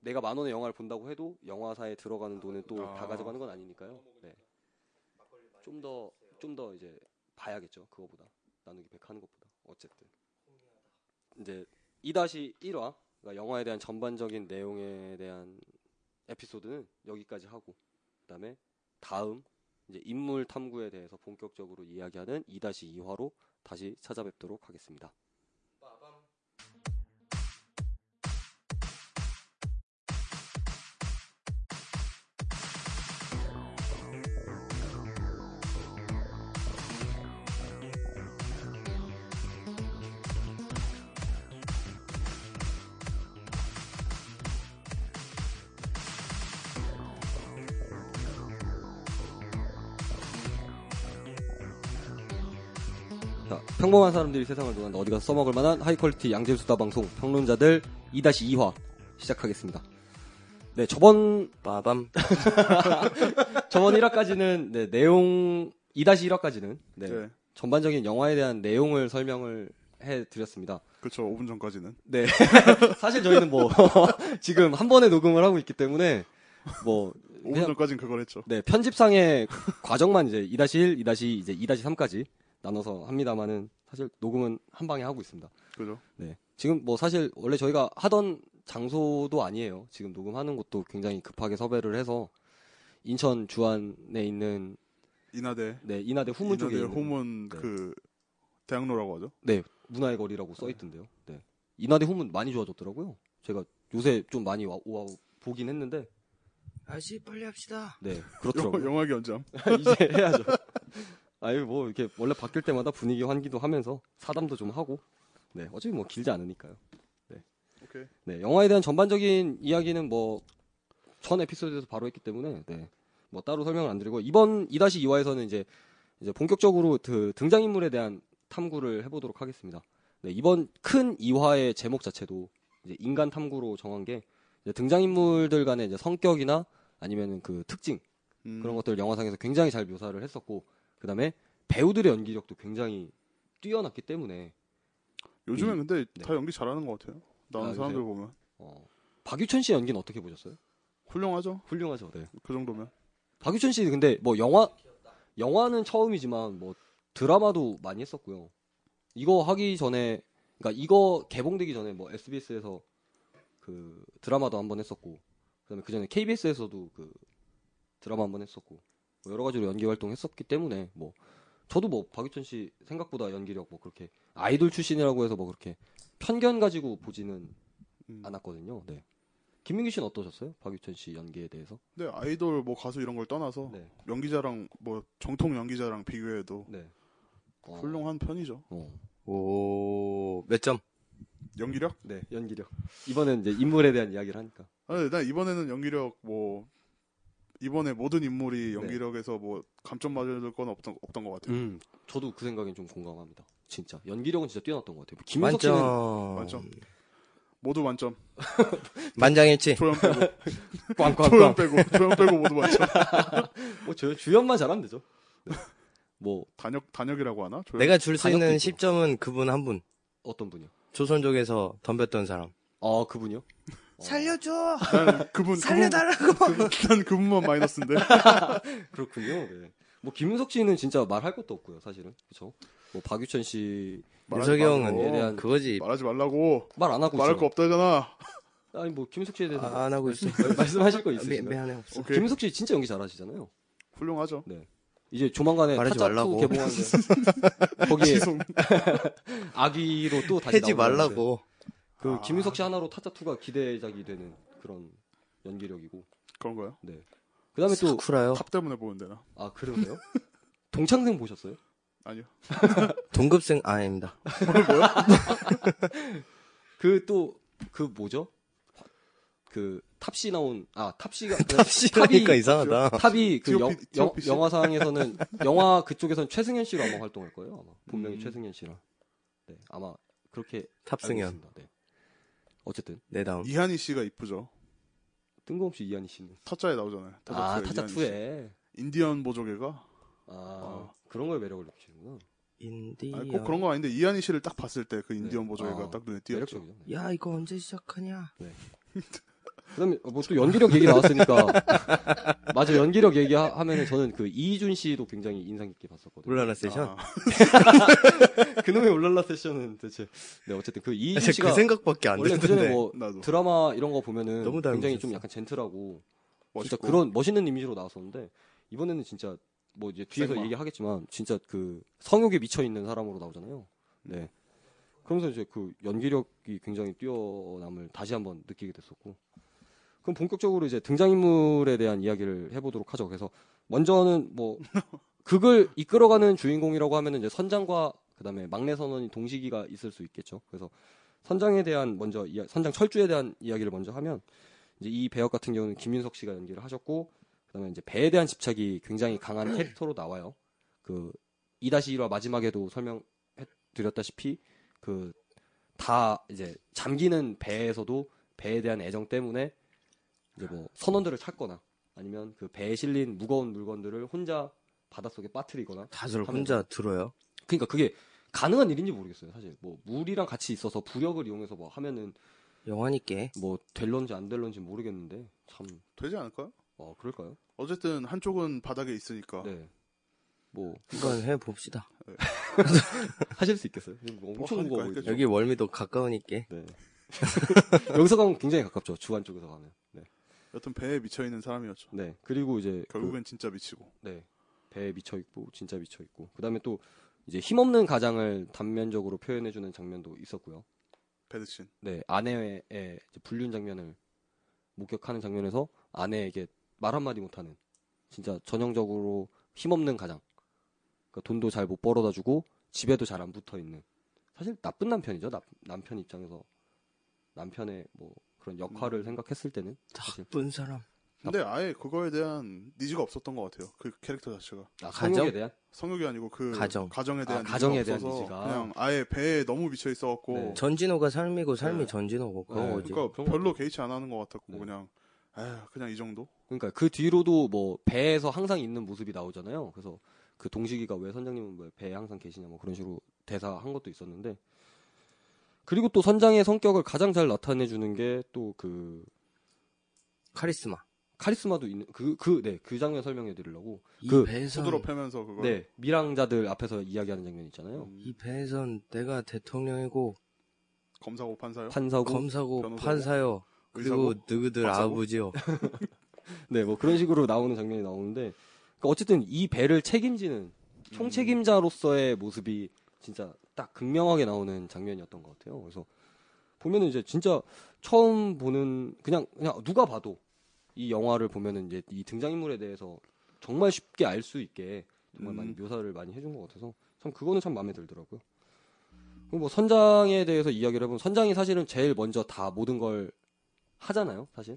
Speaker 1: 내가 만 원의 영화를 본다고 해도 영화사에 들어가는 돈은 또
Speaker 3: 아.
Speaker 1: 다 가져가는 건 아니니까요. 네. 좀 더, 좀 더 이제 봐야겠죠. 그거보다. 나누기 100 하는 것보다. 어쨌든. 이제 2-1화, 그러니까 영화에 대한 전반적인 내용에 대한 에피소드는 여기까지 하고, 그 다음에 다음, 이제 인물 탐구에 대해서 본격적으로 이야기하는 2-2화로 다시 찾아뵙도록 하겠습니다. 자, 평범한 사람들이 세상을 논한 어디 가서 써먹을 만한 하이 퀄리티 양질 수다 방송 평론자들 2-2화 시작하겠습니다. 네, 저번
Speaker 2: 빠밤.
Speaker 1: 저번 1화까지는 네, 내용 2-1화까지는 네,
Speaker 3: 네.
Speaker 1: 전반적인 영화에 대한 내용을 설명을 해 드렸습니다.
Speaker 3: 그렇죠 5분 전까지는
Speaker 1: 네. 사실 저희는 뭐 지금 한 번에 녹음을 하고 있기 때문에 뭐
Speaker 3: 5분
Speaker 1: 그냥
Speaker 3: 전까지는 그걸 했죠
Speaker 1: 네, 편집상의 과정만 이제 2-1, 2- 이제 2-3까지 나눠서 합니다만은 사실 녹음은 한 방에 하고 있습니다.
Speaker 3: 그죠
Speaker 1: 네. 지금 뭐 사실 원래 저희가 하던 장소도 아니에요. 지금 녹음하는 곳도 굉장히 급하게 섭외를 해서 인천 주안에 있는
Speaker 3: 이나대
Speaker 1: 네 인하대 후문 쪽에
Speaker 3: 이나대
Speaker 1: 있는
Speaker 3: 호문
Speaker 1: 네.
Speaker 3: 그 대학로라고 하죠
Speaker 1: 문화의 거리라고 써 있던데요. 네. 인하대 후문 많이 좋아졌더라고요. 제가 요새 좀 많이 와, 와 보긴 했는데
Speaker 2: 아저씨 빨리 합시다.
Speaker 1: 네
Speaker 3: 영,
Speaker 1: 그렇더라고요.
Speaker 3: 영화기 언잠
Speaker 1: 이제 해야죠. 아니 뭐 이렇게 원래 바뀔 때마다 분위기 환기도 하면서 사담도 좀 하고 네 어차피 뭐 길지 않으니까요.
Speaker 3: 오케이
Speaker 1: 네, 영화에 대한 전반적인 이야기는 뭐, 전 에피소드에서 바로 했기 때문에, 네, 뭐 따로 설명을 안 드리고, 이번 2-2화에서는 이제, 이제 본격적으로 그 등장인물에 대한 탐구를 해보도록 하겠습니다. 네, 이번 큰 2화의 제목 자체도 이제 인간 탐구로 정한 게, 이제 등장인물들 간의 이제 성격이나 아니면 그 특징,
Speaker 3: 음,
Speaker 1: 그런 것들 을 영화상에서 굉장히 잘 묘사를 했었고, 그 다음에 배우들의 연기력도 굉장히 뛰어났기 때문에,
Speaker 3: 요즘엔
Speaker 1: 이-
Speaker 3: 근데
Speaker 1: 네.
Speaker 3: 다 연기 잘하는 것 같아요 나오는
Speaker 1: 아,
Speaker 3: 사람들 보면
Speaker 1: 어, 박유천 씨의 연기는 어떻게 보셨어요?
Speaker 3: 훌륭하죠
Speaker 1: 훌륭하죠, 네.
Speaker 3: 그 정도면
Speaker 1: 박유천 씨 근데 뭐 영화 영화는 처음이지만 뭐 드라마도 많이 했었고요. 이거 하기 전에 그러니까 이거 개봉되기 전에 뭐 SBS에서 그 드라마도 한 번 했었고 그다음에 그 전에 KBS에서도 그 드라마 한 번 했었고 뭐 여러 가지로 연기 활동 했었기 때문에 뭐 저도 뭐 박유천 씨 생각보다 연기력 뭐 그렇게 아이돌 출신이라고 해서 뭐 그렇게 편견 가지고 보지는
Speaker 3: 음.
Speaker 1: 않았거든요. 네. 김민규 씨는 어떠셨어요? 박유천 씨 연기에 대해서?
Speaker 3: 근데 아이돌 뭐 가수 이런 걸 떠나서
Speaker 1: 네.
Speaker 3: 연기자랑 뭐 정통 연기자랑 비교해도
Speaker 1: 네. 어,
Speaker 3: 훌륭한 편이죠
Speaker 1: 어.
Speaker 2: 오, 몇 점?
Speaker 3: 연기력
Speaker 1: 네, 연기력. 이번엔 이제 인물에 대한 이야기를 하니까.
Speaker 3: 아니, 난 이번에는 연기력 뭐 이번에 모든
Speaker 1: 네.
Speaker 3: 인물이 연기력에서 뭐 감점 맞을 건 없던 없던 것 같아요.
Speaker 1: 음, 저도 그 생각엔 좀 공감합니다. 진짜 연기력은 진짜 뛰어났던 것 같아요. 뭐 김민석 씨는
Speaker 2: 만점.
Speaker 3: 만점. 모두 만점.
Speaker 1: 네.
Speaker 2: 만장일치.
Speaker 3: 조연 빼고 조연
Speaker 1: 꽝꽝꽝.
Speaker 3: 빼고 조연 빼고 모두 만점.
Speaker 1: 뭐 저- 주연만 잘하면 되죠. 네. 뭐
Speaker 3: 단역 단역이라고 하나? 조연.
Speaker 2: 내가 줄 수 있는
Speaker 1: 가격도 있고.
Speaker 2: 10점은 그분한 분.
Speaker 1: 어떤 분이요?
Speaker 2: 조선족에서 덤볐던 사람.
Speaker 1: 아, 그분이요? 어,
Speaker 2: 살려줘.
Speaker 3: 난 그분
Speaker 2: 살려달라고.
Speaker 3: 그분, 난 그분만 마이너스인데.
Speaker 1: 아, 그렇군요. 네. 뭐 김민석 씨는 진짜 말할 것도 없고요, 사실은. 그렇죠? 뭐 박유천 씨
Speaker 2: 윤석이 형은
Speaker 1: 얘에 대한
Speaker 2: 그거지.
Speaker 3: 말하지 말라고.
Speaker 1: 말 안 하고
Speaker 3: 말할 거
Speaker 1: 있어요.
Speaker 3: 없다잖아.
Speaker 1: 아니 뭐 김민석 씨에 대해서
Speaker 2: 아, 안 하고 있어.
Speaker 1: 말- 말씀하실 거
Speaker 2: 미, 그
Speaker 1: 있으신가요?
Speaker 2: 미안해. 없어.
Speaker 3: 오케이.
Speaker 1: 김민석 씨 진짜 연기 잘하시잖아요.
Speaker 3: 훌륭하죠.
Speaker 1: 이제 조만간에
Speaker 2: 말하지
Speaker 1: 타짜
Speaker 2: 말라고.
Speaker 1: 2 개봉하는데 거기에
Speaker 3: 지송.
Speaker 1: 아기로 또 다시
Speaker 2: 해지
Speaker 1: 나오는데.
Speaker 2: 말라고.
Speaker 1: 그
Speaker 3: 아.
Speaker 1: 김윤석 씨 하나로 타짜 2가 기대작이 되는 그런 연기력이고
Speaker 3: 그런 거요.
Speaker 1: 네 그다음에 또
Speaker 2: 사쿠라요.
Speaker 3: 탑 때문에 보는데나.
Speaker 1: 아 그러세요 동창생 보셨어요?
Speaker 3: 아니요.
Speaker 2: 동급생 아, 아닙니다.
Speaker 1: 그 또 그 뭐죠? 그 탑씨 나온 아 탑씨가
Speaker 2: 탑시라니까 그러니까 이상하다.
Speaker 1: 탑이 그 영,
Speaker 3: TOP, TOP.
Speaker 1: 화상에서 는 영화 그쪽에서는 최승현 씨로 아마 활동할 거예요 아마 분명히
Speaker 3: 음.
Speaker 1: 최승현 씨랑 네 아마 그렇게 알고
Speaker 2: 탑승현.
Speaker 1: 있습니다. 네 어쨌든
Speaker 2: 내 다음.
Speaker 3: 이한희 씨가 이쁘죠.
Speaker 1: 뜬금없이 이한희 씨는
Speaker 3: 타짜에 나오잖아요.
Speaker 1: 아
Speaker 3: 투에
Speaker 1: 타짜
Speaker 3: 이한희
Speaker 1: 2에
Speaker 3: 씨. 인디언 보조개가
Speaker 1: 아 그런 거에 매력을 느끼시는구나
Speaker 2: 인디.
Speaker 3: 아니, 꼭 그런 거 아닌데 이한희 씨를 딱 봤을 때 그 인디언
Speaker 1: 네.
Speaker 3: 보조개가
Speaker 1: 아,
Speaker 3: 딱 눈에 띄었죠.
Speaker 1: 매력적이죠 네.
Speaker 2: 야 이거 언제 시작하냐?
Speaker 1: 그다음에 뭐 또 연기력 얘기 나왔으니까 맞아 연기력 얘기하면은 저는 그 이준 씨도 굉장히 인상 깊게 봤었거든요
Speaker 2: 울랄라 세션.
Speaker 3: 아,
Speaker 1: 그놈의 울랄라 세션은 대체 네 어쨌든 그 이준
Speaker 2: 제가
Speaker 1: 씨가
Speaker 2: 그 생각밖에 안
Speaker 1: 원래 그전에
Speaker 2: 드는데.
Speaker 1: 뭐
Speaker 3: 나도
Speaker 1: 드라마 이런 거 보면은
Speaker 2: 너무
Speaker 1: 굉장히 좀
Speaker 2: 닮으셨어.
Speaker 1: 약간 젠틀하고 진짜
Speaker 3: 멋있고.
Speaker 1: 그런 멋있는 이미지로 나왔었는데 이번에는 진짜 뭐 이제 뒤에서
Speaker 3: 생마.
Speaker 1: 얘기하겠지만 진짜 그 성욕에 미쳐 있는 사람으로 나오잖아요. 네. 그러면서 이제 그 연기력이 굉장히 뛰어남을 다시 한번 느끼게 됐었고. 그럼 본격적으로 이제 등장인물에 대한 이야기를 해보도록 하죠. 그래서 먼저는 뭐 극을 이끌어가는 주인공이라고 하면은 이제 선장과 그다음에 막내 선원이 동시기가 있을 수 있겠죠. 그래서 선장에 대한 먼저 이야- 선장 철주에 대한 이야기를 먼저 하면 이제 이 배역 같은 경우는 김윤석 씨가 연기를 하셨고 그다음에 이제 배에 대한 집착이 굉장히 강한 캐릭터로 나와요. 그 2-1화 마지막에도 설명해 드렸다시피 그 다 이제 잠기는 배에서도 배에 대한 애정 때문에 이제 뭐 선원들을 찾거나 아니면 그 배에 실린 무거운 물건들을 혼자 바닷속에 빠뜨리거나
Speaker 2: 다들
Speaker 1: 하면서.
Speaker 2: 혼자 들어요.
Speaker 1: 그러니까 그게 가능한 일인지 모르겠어요 사실 뭐 물이랑 같이 있어서 부력을 이용해서 뭐 하면은
Speaker 2: 영환이께.
Speaker 1: 뭐 될런지 안 될런지 모르겠는데 참 어
Speaker 3: 되지 않을까요?
Speaker 1: 그럴까요?
Speaker 3: 어쨌든 한쪽은 바닥에 있으니까
Speaker 1: 네. 뭐
Speaker 2: 한번 해 봅시다.
Speaker 1: 하실 수 있겠어요? 이거 엄청
Speaker 3: 하니까
Speaker 1: 무거워
Speaker 3: 했겠죠.
Speaker 1: 보이죠.
Speaker 2: 여기 월미도 가까우니까.
Speaker 1: 네. 여기서 가면 굉장히 가깝죠. 주안 쪽에서 가면. 네.
Speaker 3: 여튼 배에 미쳐 있는 사람이었죠.
Speaker 1: 네. 그리고 이제 그-
Speaker 3: 결국엔 진짜 미치고
Speaker 1: 네. 배에 미쳐 있고 진짜 미쳐 있고. 그다음에 또 이제 힘없는 가장을 단면적으로 표현해 주는 장면도 있었고요.
Speaker 3: 배드신
Speaker 1: 네. 아내의 이제 불륜 장면을 목격하는 장면에서 아내에게 말 한마디 못 하는 진짜 전형적으로 힘없는 가장. 그러니까 돈도 잘 못 벌어다 주고 집에도 잘 안 붙어 있는 사실 나쁜 남편이죠. 나- 남편 입장에서 남편의 뭐 그런 역할을
Speaker 2: 음.
Speaker 1: 생각했을 때는 사실
Speaker 2: 나쁜 사람.
Speaker 3: 근데 아예 그거에 대한 니즈가 없었던 것 같아요. 그 캐릭터 자체가
Speaker 1: 아,
Speaker 2: 가정?
Speaker 1: 성욕에 대한
Speaker 3: 성욕이 아니고 그
Speaker 2: 가정.
Speaker 3: 가정에 대한
Speaker 1: 아,
Speaker 3: 니즈가
Speaker 1: 가정에 대한
Speaker 3: 없어서
Speaker 1: 니즈가.
Speaker 3: 그냥 아예 배에 너무 미쳐 있어갖고
Speaker 1: 네.
Speaker 2: 전진호가 삶이고 삶이
Speaker 3: 네.
Speaker 2: 전진호고 그런
Speaker 1: 네,
Speaker 2: 거지.
Speaker 3: 그러니까
Speaker 1: 그런
Speaker 3: 별로 개의치 안 하는 것 같았고
Speaker 1: 네.
Speaker 3: 그냥 에휴, 그냥 이 정도
Speaker 1: 그러니까 그 뒤로도 뭐 배에서 항상 있는 모습이 나오잖아요. 그래서 그 동식이가 왜 선장님은 왜 배에 항상 계시냐 뭐 그런 식으로 대사한 것도 있었는데 그리고 또 선장의 성격을 가장 잘 나타내 주는 게 또 그
Speaker 2: 카리스마.
Speaker 1: 카리스마도 있는 그 그 네 그 장면 설명해 드리려고
Speaker 2: 이
Speaker 1: 그
Speaker 2: 배선
Speaker 3: 소드로 패면서 그걸
Speaker 1: 네 미랑자들 앞에서 이야기하는 장면 있잖아요.
Speaker 3: 음,
Speaker 2: 이 배선 내가 대통령이고
Speaker 3: 검사고 판사요
Speaker 1: 판사고
Speaker 2: 검사고
Speaker 3: 변호사고,
Speaker 2: 판사요 그리고
Speaker 3: 의사고,
Speaker 2: 너희들
Speaker 3: 박사고.
Speaker 2: 아버지요.
Speaker 1: 네 뭐 그런 식으로 나오는 장면이 나오는데 그 어쨌든 이 배를 책임지는 총책임자로서의 모습이 진짜 딱 극명하게 나오는 장면이었던 것 같아요. 그래서 보면은 이제 진짜 처음 보는 그냥 그냥 누가 봐도 이 영화를 보면은 이제 이 등장인물에 대해서 정말 쉽게 알 수 있게 정말 많이
Speaker 3: 음.
Speaker 1: 묘사를 많이 해준 것 같아서 참 그거는 참 마음에 들더라고요. 그리고 뭐 선장에 대해서 이야기를 해보면 선장이 사실은 제일 먼저 다 모든 걸 하잖아요, 사실.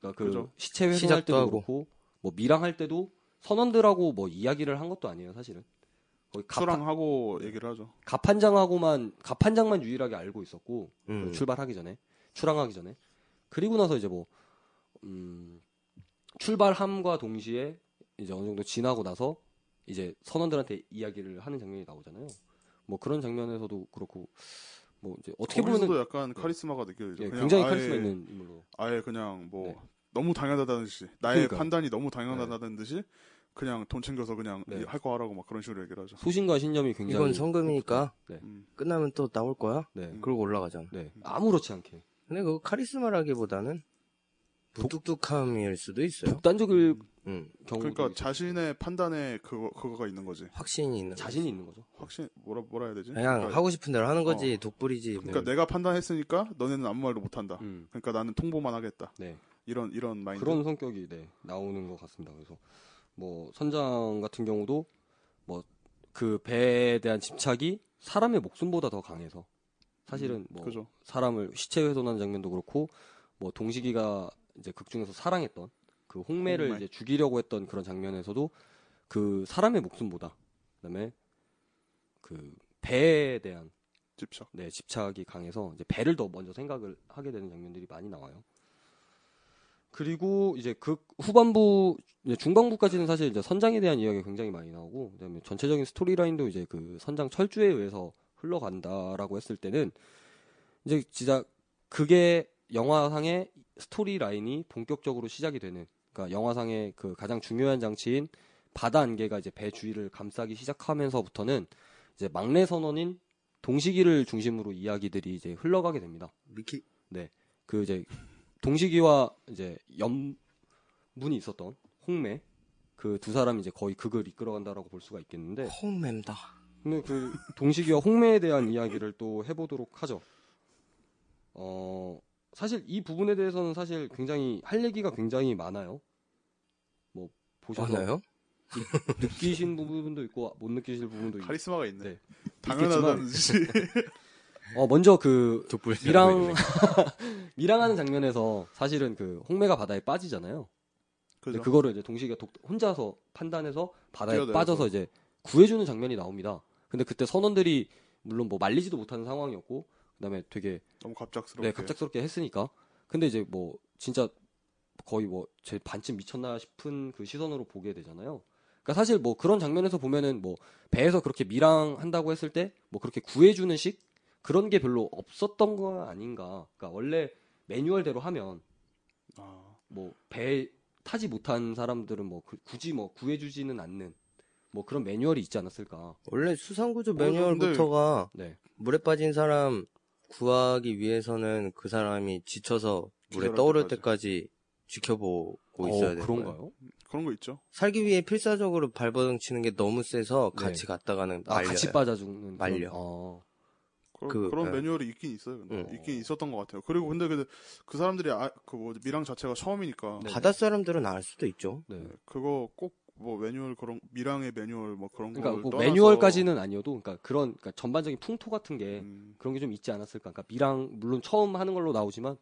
Speaker 1: 그러니까 그
Speaker 3: 그죠.
Speaker 1: 시체 훼손할
Speaker 2: 시작도
Speaker 1: 때도
Speaker 2: 하고.
Speaker 1: 그렇고 뭐 미랑 할 때도 선원들하고 뭐 이야기를 한 것도 아니에요, 사실은. 거의 갑,
Speaker 3: 수랑하고 얘기를 하죠
Speaker 1: 갑판장하고만 갑판장만 유일하게 알고 있었고
Speaker 2: 음.
Speaker 1: 그 출발하기 전에 출항하기 전에 그리고 나서 이제 뭐 음, 출발함과 동시에 이제 어느 정도 지나고 나서 이제 선원들한테 이야기를 하는 장면이 나오잖아요. 뭐 그런 장면에서도 그렇고 뭐 이제 어떻게 보면은
Speaker 3: 거기서도 약간 카리스마가 느껴지죠
Speaker 1: 예,
Speaker 3: 그냥
Speaker 1: 굉장히
Speaker 3: 아예,
Speaker 1: 카리스마 있는 인물로
Speaker 3: 아예 그냥 뭐
Speaker 1: 네.
Speaker 3: 너무 당연하다는 듯이 나의
Speaker 1: 그러니까요.
Speaker 3: 판단이 너무 당연하다는 듯이 그냥 돈 챙겨서 그냥
Speaker 1: 네.
Speaker 3: 할 거 하라고 막 그런 식으로 얘기를 하죠
Speaker 1: 소신과 신념이 굉장히
Speaker 2: 이건 성금이니까
Speaker 3: 음.
Speaker 2: 끝나면 또 나올 거야.
Speaker 1: 네,
Speaker 3: 음.
Speaker 2: 그러고 올라가잖아.
Speaker 1: 네 아무렇지 않게
Speaker 2: 근데 그거 카리스마라기보다는 무뚝뚝함일 수도 있어요.
Speaker 1: 독단적일
Speaker 2: 음.
Speaker 1: 그 경우도
Speaker 3: 그러니까
Speaker 1: 있어요.
Speaker 3: 자신의 판단에 그거 그거가 있는 거지
Speaker 2: 확신이 있는. 거지.
Speaker 1: 자신이 있는 거죠.
Speaker 3: 확신 뭐라 뭐라 해야 되지
Speaker 1: 아,
Speaker 2: 그냥 하고 싶은 대로 하는 거지
Speaker 3: 어.
Speaker 2: 독불이지. 뭐.
Speaker 3: 그러니까 내가 판단했으니까 너네는 아무 말도 못한다.
Speaker 1: 음,
Speaker 3: 그러니까 나는 통보만 하겠다.
Speaker 1: 네.
Speaker 3: 이런 이런 마인드.
Speaker 1: 그런 성격이 네, 나오는 것 같습니다. 그래서 뭐 선장 같은 경우도 뭐 그 배에 대한 집착이 사람의 목숨보다 더 강해서 사실은
Speaker 3: 음,
Speaker 1: 뭐
Speaker 3: 그죠.
Speaker 1: 사람을 시체 훼손하는 장면도 그렇고 뭐 동식이가 이제 극 중에서 사랑했던 그 홍매를
Speaker 3: 홍매.
Speaker 1: 이제 죽이려고 했던 그런 장면에서도 그 사람의 목숨보다 그다음에 그 배에 대한 그렇죠.
Speaker 3: 집착.
Speaker 1: 네, 집착이 강해서 이제 배를 더 먼저 생각을 하게 되는 장면들이 많이 나와요. 그리고 이제 극 후반부 이제 중반부까지는 사실 이제 선장에 대한 이야기가 굉장히 많이 나오고 그다음에 전체적인 스토리라인도 이제 그 선장 철주에 의해서 흘러간다라고 했을 때는 이제 진짜 그게 영화상의 스토리라인이 본격적으로 시작이 되는 그러니까 영화상의 그 가장 중요한 장치인 바다 안개가 이제 배 주위를 감싸기 시작하면서부터는 이제 막내 선원인 동식이를 중심으로 이야기들이 이제 흘러가게 됩니다.
Speaker 2: 미키
Speaker 1: 그 이제 동식이와 이제 연분이 있었던 홍매 그 두 사람이 이제 거의 극을 이끌어간다라고 볼 수가 있겠는데
Speaker 2: 홈맨다.
Speaker 1: 근데 그 동식이와 홍매에 대한 이야기를 또 해보도록 하죠. 어 사실 이 부분에 대해서는 사실 굉장히 할 얘기가 굉장히 많아요. 뭐 보셔서
Speaker 2: 맞나요?
Speaker 1: 느끼신 부분도 있고 못 느끼실 부분도 있고
Speaker 3: 카리스마가 있네.
Speaker 1: 네.
Speaker 3: 당연하다는 듯이.
Speaker 1: 어 먼저 그
Speaker 2: 족불
Speaker 3: 네,
Speaker 1: 미랑 미랑하는 장면에서 사실은 그 홍매가 바다에 빠지잖아요. 근데
Speaker 3: 그죠?
Speaker 1: 네, 그거를 이제 동식이가 독- 혼자서 판단해서 바다에
Speaker 3: 뛰어내려서.
Speaker 1: 빠져서 이제 구해주는 장면이 나옵니다. 근데 그때 선원들이 물론 뭐 말리지도 못하는 상황이었고 그다음에 되게
Speaker 3: 너무 갑작스럽게.
Speaker 1: 네, 갑작스럽게 했으니까 근데 이제 뭐 진짜 거의 뭐 제 반쯤 미쳤나 싶은 그 시선으로 보게 되잖아요. 그러니까 사실 뭐 그런 장면에서 보면은 뭐 배에서 그렇게 미랑한다고 했을 때 뭐 그렇게 구해주는 식 그런 게 별로 없었던 거 아닌가. 그러니까 원래 매뉴얼대로 하면
Speaker 3: 아,
Speaker 1: 뭐 배 타지 못한 사람들은 뭐 그- 굳이 뭐 구해주지는 않는 뭐 그런 매뉴얼이 있지 않았을까.
Speaker 2: 원래 수상구조
Speaker 3: 근데-
Speaker 2: 매뉴얼부터가
Speaker 1: 네.
Speaker 2: 물에 빠진 사람 구하기 위해서는 그 사람이 지쳐서 물에
Speaker 3: 기절할
Speaker 2: 떠오를
Speaker 3: 때까지.
Speaker 2: 때까지 지켜보고 뭐 있어야 되는 거예요.
Speaker 1: 그런가요?
Speaker 3: 그런 거 있죠.
Speaker 2: 살기 위해 필사적으로 발버둥 치는 게 너무 세서
Speaker 1: 네.
Speaker 2: 같이 갔다가는
Speaker 1: 아,
Speaker 2: 말려요.
Speaker 1: 같이 빠져 죽는 그런-
Speaker 2: 말려.
Speaker 1: 어.
Speaker 3: 그,
Speaker 2: 그,
Speaker 3: 런
Speaker 2: 예.
Speaker 3: 매뉴얼이 있긴 있어요. 근데.
Speaker 1: 음.
Speaker 3: 있긴 있었던 것 같아요. 그리고 근데 그, 그 사람들이 아, 그 뭐, 미랑 자체가 처음이니까.
Speaker 1: 네.
Speaker 2: 바다 사람들은 알 수도 있죠.
Speaker 1: 네.
Speaker 3: 네, 그거 꼭 뭐 매뉴얼 그런 미랑의 매뉴얼 뭐 그런 거
Speaker 1: 그러니까
Speaker 3: 를
Speaker 1: 뭐
Speaker 3: 떠나서
Speaker 1: 매뉴얼까지는 아니어도 그러니까 그런 그러니까 전반적인 풍토 같은 게
Speaker 3: 음,
Speaker 1: 그런 게 좀 있지 않았을까. 그러니까 미랑 물론 처음 하는 걸로 나오지만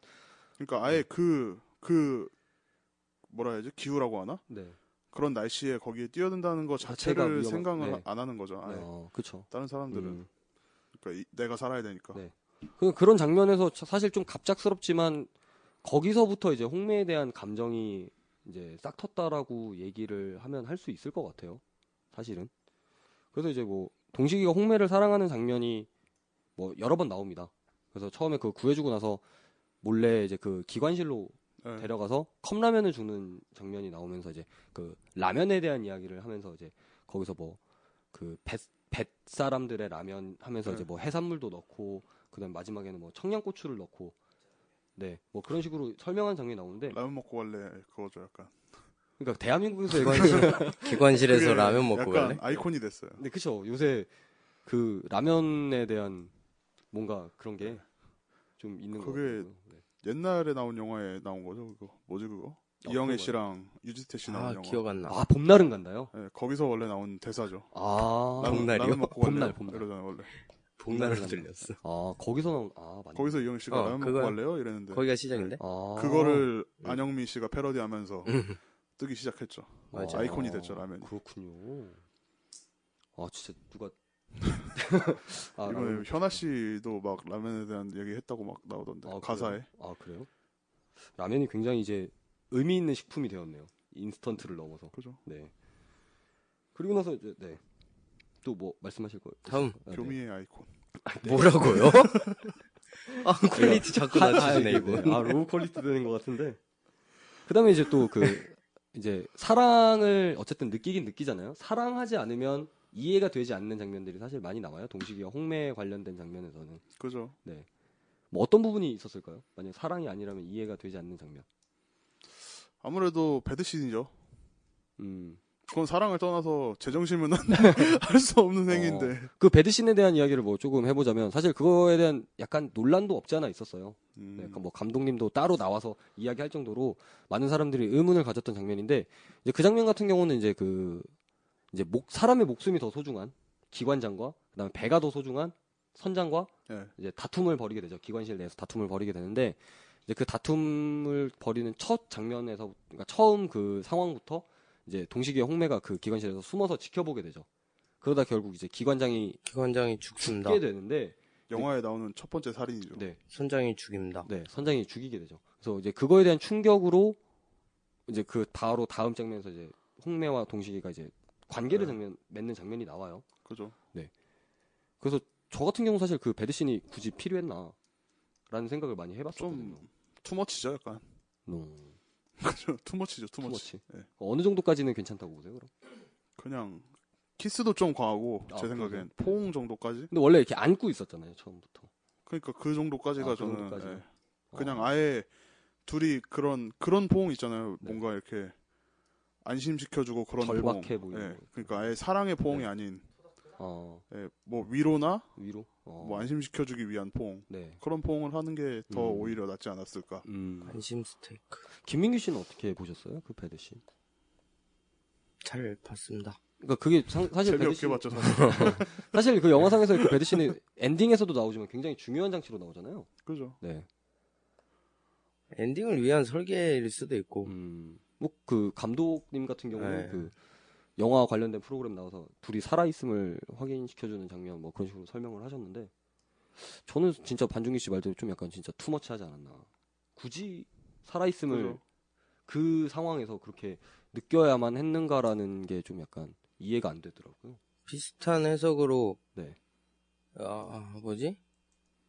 Speaker 3: 그러니까
Speaker 1: 음.
Speaker 3: 아예 그 그 뭐라 해야지 기후라고 하나
Speaker 1: 네.
Speaker 3: 그런 날씨에 거기에 뛰어든다는 거
Speaker 1: 자체가
Speaker 3: 자체를
Speaker 1: 위험하-
Speaker 3: 생각을
Speaker 1: 네.
Speaker 3: 안 하는 거죠. 아예
Speaker 1: 어, 그렇죠.
Speaker 3: 다른 사람들은 그러니까 이- 내가 살아야 되니까
Speaker 1: 네. 그 그런 장면에서 자- 사실 좀 갑작스럽지만 거기서부터 이제 홍매에 대한 감정이 이제 싹 텄다라고 얘기를 하면 할 수 있을 것 같아요. 사실은. 그래서 이제 뭐 동식이가 홍매를 사랑하는 장면이 뭐 여러 번 나옵니다. 그래서 처음에 그 구해주고 나서 몰래 이제 그 기관실로
Speaker 3: 네.
Speaker 1: 데려가서 컵라면을 주는 장면이 나오면서 이제 그 라면에 대한 이야기를 하면서 이제 거기서 뭐 뭐그뱃 사람들의 라면 하면서
Speaker 3: 네.
Speaker 1: 이제 뭐 해산물도 넣고 그다음 마지막에는 뭐 청양고추를 넣고 네 뭐 그런 식으로 설명한 장면이 나오는데
Speaker 3: 라면 먹고 갈래 그거죠 약간
Speaker 1: 그러니까 대한민국에서 이거
Speaker 2: 기관실, 기관실에서
Speaker 3: 그게
Speaker 2: 라면 먹고
Speaker 3: 약간
Speaker 2: 갈래?
Speaker 3: 아이콘이 됐어요.
Speaker 1: 네 그쵸 요새 그 라면에 대한 뭔가 그런 게 좀 있는 거
Speaker 3: 그게
Speaker 1: 같아요. 네.
Speaker 3: 옛날에 나온 영화에 나온 거죠 그거 뭐지 그거
Speaker 1: 어,
Speaker 3: 이영애
Speaker 1: 그거요?
Speaker 3: 씨랑 유지태 씨 나온
Speaker 2: 아,
Speaker 3: 영화.
Speaker 2: 기억 안 나.
Speaker 1: 아 봄날은 간다요.
Speaker 3: 예, 거기서 원래 나온 대사죠.
Speaker 1: 아
Speaker 3: 라면-
Speaker 2: 봄날이요?
Speaker 3: 라면 먹고 갈래
Speaker 1: 봄날, 봄날.
Speaker 3: 이러잖아 원래.
Speaker 2: 봄날로
Speaker 1: 봄날은
Speaker 2: 들렸어.
Speaker 1: 아 거기서 나온 아 맞네.
Speaker 3: 거기서 이영애 씨가
Speaker 2: 어,
Speaker 3: 라면 먹고
Speaker 2: 그거야.
Speaker 3: 갈래요 이랬는데
Speaker 2: 네. 거기가 시작인데?
Speaker 1: 아.
Speaker 3: 그거를
Speaker 2: 음.
Speaker 3: 안영민 씨가 패러디하면서
Speaker 2: 음.
Speaker 3: 뜨기 시작했죠.
Speaker 2: 맞아.
Speaker 1: 어,
Speaker 3: 아이콘이 됐죠, 라면이.
Speaker 1: 그렇군요. 아 진짜 누가 아,
Speaker 3: 이번에
Speaker 1: 라면-
Speaker 3: 현아 씨도 막 라면에 대한 얘기했다고 막 나오던데
Speaker 1: 아,
Speaker 3: 가사에.
Speaker 1: 그래요? 아 그래요? 라면이 굉장히 이제 의미 있는 식품이 되었네요. 인스턴트를 넘어서.
Speaker 3: 그죠?
Speaker 1: 네. 그리고 나서 이제 네. 또 뭐 말씀하실 거예요? 네.
Speaker 2: 다음.
Speaker 3: 교미의 아이콘.
Speaker 2: 뭐라고요? 아, 퀄리티 자꾸 낮추시네, 이거.
Speaker 1: 아 로우 퀄리티 되는 것 같은데. 그다음에 이제 또 그 이제 사랑을 어쨌든 느끼긴 느끼잖아요. 사랑하지 않으면 이해가 되지 않는 장면들이 사실 많이 나와요. 동식이와 홍매에 관련된 장면에서는.
Speaker 3: 그죠?
Speaker 1: 뭐 어떤 부분이 있었을까요? 만약 사랑이 아니라면 이해가 되지 않는 장면.
Speaker 3: 아무래도 배드신이죠.
Speaker 1: 음.
Speaker 3: 그건 사랑을 떠나서 제정신은 할 수 없는 행위인데.
Speaker 1: 그 배드신에 대한 이야기를 뭐 조금 해보자면 사실 그거에 대한 약간 논란도 없지 않아 있었어요.
Speaker 3: 음,
Speaker 1: 네, 그뭐 감독님도 따로 나와서 이야기할 정도로 많은 사람들이 의문을 가졌던 장면인데 이제 그 장면 같은 경우는 이제 그 이제 목 사람의 목숨이 더 소중한 기관장과 그다음에 배가 더 소중한 선장과
Speaker 3: 예.
Speaker 1: 이제 다툼을 벌이게 되죠. 기관실 내에서 다툼을 벌이게 되는데 이제 그 다툼을 벌이는 첫 장면에서 그러니까 처음 그 상황부터 이제 동식이 홍매가 그 기관실에서 숨어서 지켜보게 되죠. 그러다 결국 이제 기관장이
Speaker 2: 기관장이 죽습니다.
Speaker 1: 죽게 되는데
Speaker 3: 영화에 나오는 첫 번째 살인이죠.
Speaker 1: 네,
Speaker 3: 아.
Speaker 2: 선장이 죽입니다.
Speaker 1: 네 선장이 죽이게 되죠. 그래서 이제 그거에 대한 충격으로 이제 그 바로 다음 장면에서 이제 홍매와 동식이가 이제 관계를
Speaker 3: 네.
Speaker 1: 장면- 맺는 장면이 나와요.
Speaker 3: 그죠.
Speaker 1: 그래서 저 같은 경우 사실 그 배드신이 굳이 필요했나 라는 생각을 많이 해봤거든요.
Speaker 3: 좀 투머치죠, 약간.
Speaker 1: 음,
Speaker 3: 그죠. 투머치죠, 투머치.
Speaker 1: 투머치.
Speaker 3: 예.
Speaker 1: 어느 정도까지는 괜찮다고 보세요, 그럼?
Speaker 3: 그냥 키스도 좀 과하고
Speaker 1: 아,
Speaker 3: 제
Speaker 1: 그래요?
Speaker 3: 생각엔 포옹 정도까지.
Speaker 1: 근데 원래 이렇게 안고 있었잖아요, 처음부터.
Speaker 3: 그러니까 그 정도까지가
Speaker 1: 아, 그
Speaker 3: 저는
Speaker 1: 정도까지.
Speaker 3: 예.
Speaker 1: 어.
Speaker 3: 그냥 아예 둘이 그런 그런 포옹 있잖아요.
Speaker 1: 네.
Speaker 3: 뭔가 이렇게 안심시켜주고 그런
Speaker 1: 절박해
Speaker 3: 포옹.
Speaker 1: 보이는
Speaker 3: 예.
Speaker 1: 거.
Speaker 3: 그러니까 아예 사랑의 포옹이
Speaker 1: 네.
Speaker 3: 아닌
Speaker 1: 어,
Speaker 3: 예. 뭐 위로나
Speaker 1: 위로? 어,
Speaker 3: 뭐 안심시켜주기 위한 포옹
Speaker 1: 네.
Speaker 3: 그런 포옹을 하는 게 더
Speaker 1: 음.
Speaker 3: 오히려 낫지 않았을까.
Speaker 1: 음.
Speaker 2: 관심 스테이크
Speaker 1: 김민규 씨는 어떻게 보셨어요, 그 배드신?
Speaker 2: 잘 봤습니다.
Speaker 1: 그러니까 그게 상- 사실
Speaker 3: 재미없게
Speaker 1: 배드신
Speaker 3: 봤죠. 사실.
Speaker 1: 사실 그 영화상에서 그 배드신이 엔딩에서도 나오지만 굉장히 중요한 장치로 나오잖아요.
Speaker 3: 그죠.
Speaker 1: 네.
Speaker 2: 엔딩을 위한 설계일 수도 있고
Speaker 1: 음, 뭐 그 감독님 같은 경우는
Speaker 2: 네.
Speaker 1: 그 영화 관련된 프로그램 나와서 둘이 살아있음을 확인시켜주는 장면 뭐 그런 식으로 설명을 하셨는데 저는 진짜 반중기 씨 말대로 좀 약간 진짜 투머치하지 않았나. 굳이 살아있음을
Speaker 3: 그죠.
Speaker 1: 그 상황에서 그렇게 느껴야만 했는가라는 게 좀 약간 이해가 안 되더라고요.
Speaker 2: 비슷한 해석으로
Speaker 1: 네.
Speaker 2: 아, 아, 뭐지?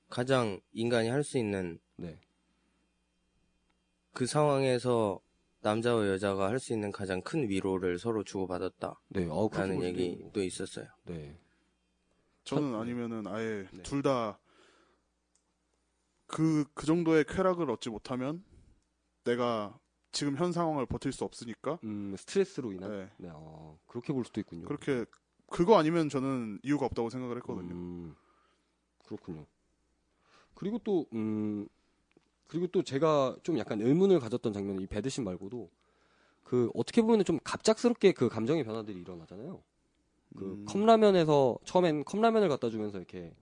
Speaker 2: 가장 인간이 할 수 있는
Speaker 1: 네.
Speaker 2: 그 상황에서 남자와 여자가 할 수 있는 가장 큰 위로를 서로 주고받았다라는
Speaker 1: 네. 어, 그렇게 볼 수도 있고.
Speaker 2: 얘기도 있었어요.
Speaker 1: 네.
Speaker 3: 저는 아니면은 아예
Speaker 1: 네.
Speaker 3: 둘 다 그 그 정도의 쾌락을 얻지 못하면 내가 지금 현 상황을 버틸 수 없으니까
Speaker 1: 음, 스트레스로 인한
Speaker 3: 네.
Speaker 1: 네, 어, 그렇게 볼 수도 있군요.
Speaker 3: 그렇게 그거 아니면 저는 이유가 없다고 생각을 했거든요.
Speaker 1: 음, 그렇군요. 그리고 또, 음, 그리고 또 제가 좀 약간 의문을 가졌던 장면은 이 배드신 말고도 그 어떻게 보면 좀 갑작스럽게 그 감정의 변화들이 일어나잖아요. 그
Speaker 3: 음.
Speaker 1: 컵라면에서 처음엔 컵라면을 갖다 주면서 이렇게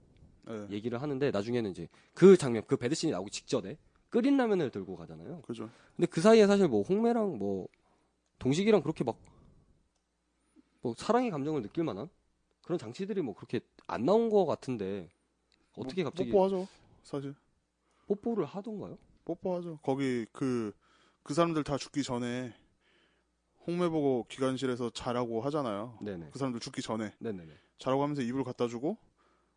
Speaker 3: 예.
Speaker 1: 얘기를 하는데 나중에는 이제 그 장면, 그 배드신이 나오기 직전에 끓인 라면을 들고 가잖아요.
Speaker 3: 그죠.
Speaker 1: 근데 그 사이에 사실 뭐 홍매랑 뭐 동식이랑 그렇게 막 뭐 사랑의 감정을 느낄 만한 그런 장치들이 뭐 그렇게 안 나온 거 같은데 어떻게
Speaker 3: 뭐 뽀-
Speaker 1: 갑자기
Speaker 3: 뽀뽀하죠. 사실
Speaker 1: 뽀뽀. 를 하던가요?
Speaker 3: 뽀뽀하죠. 거기 그 그 사람들 다 죽기 전에 홍매 보고 기관실에서 자라고 하잖아요.
Speaker 1: 네네.
Speaker 3: 그 사람들 죽기 전에
Speaker 1: 네네네.
Speaker 3: 자라고 하면서 이불 갖다 주고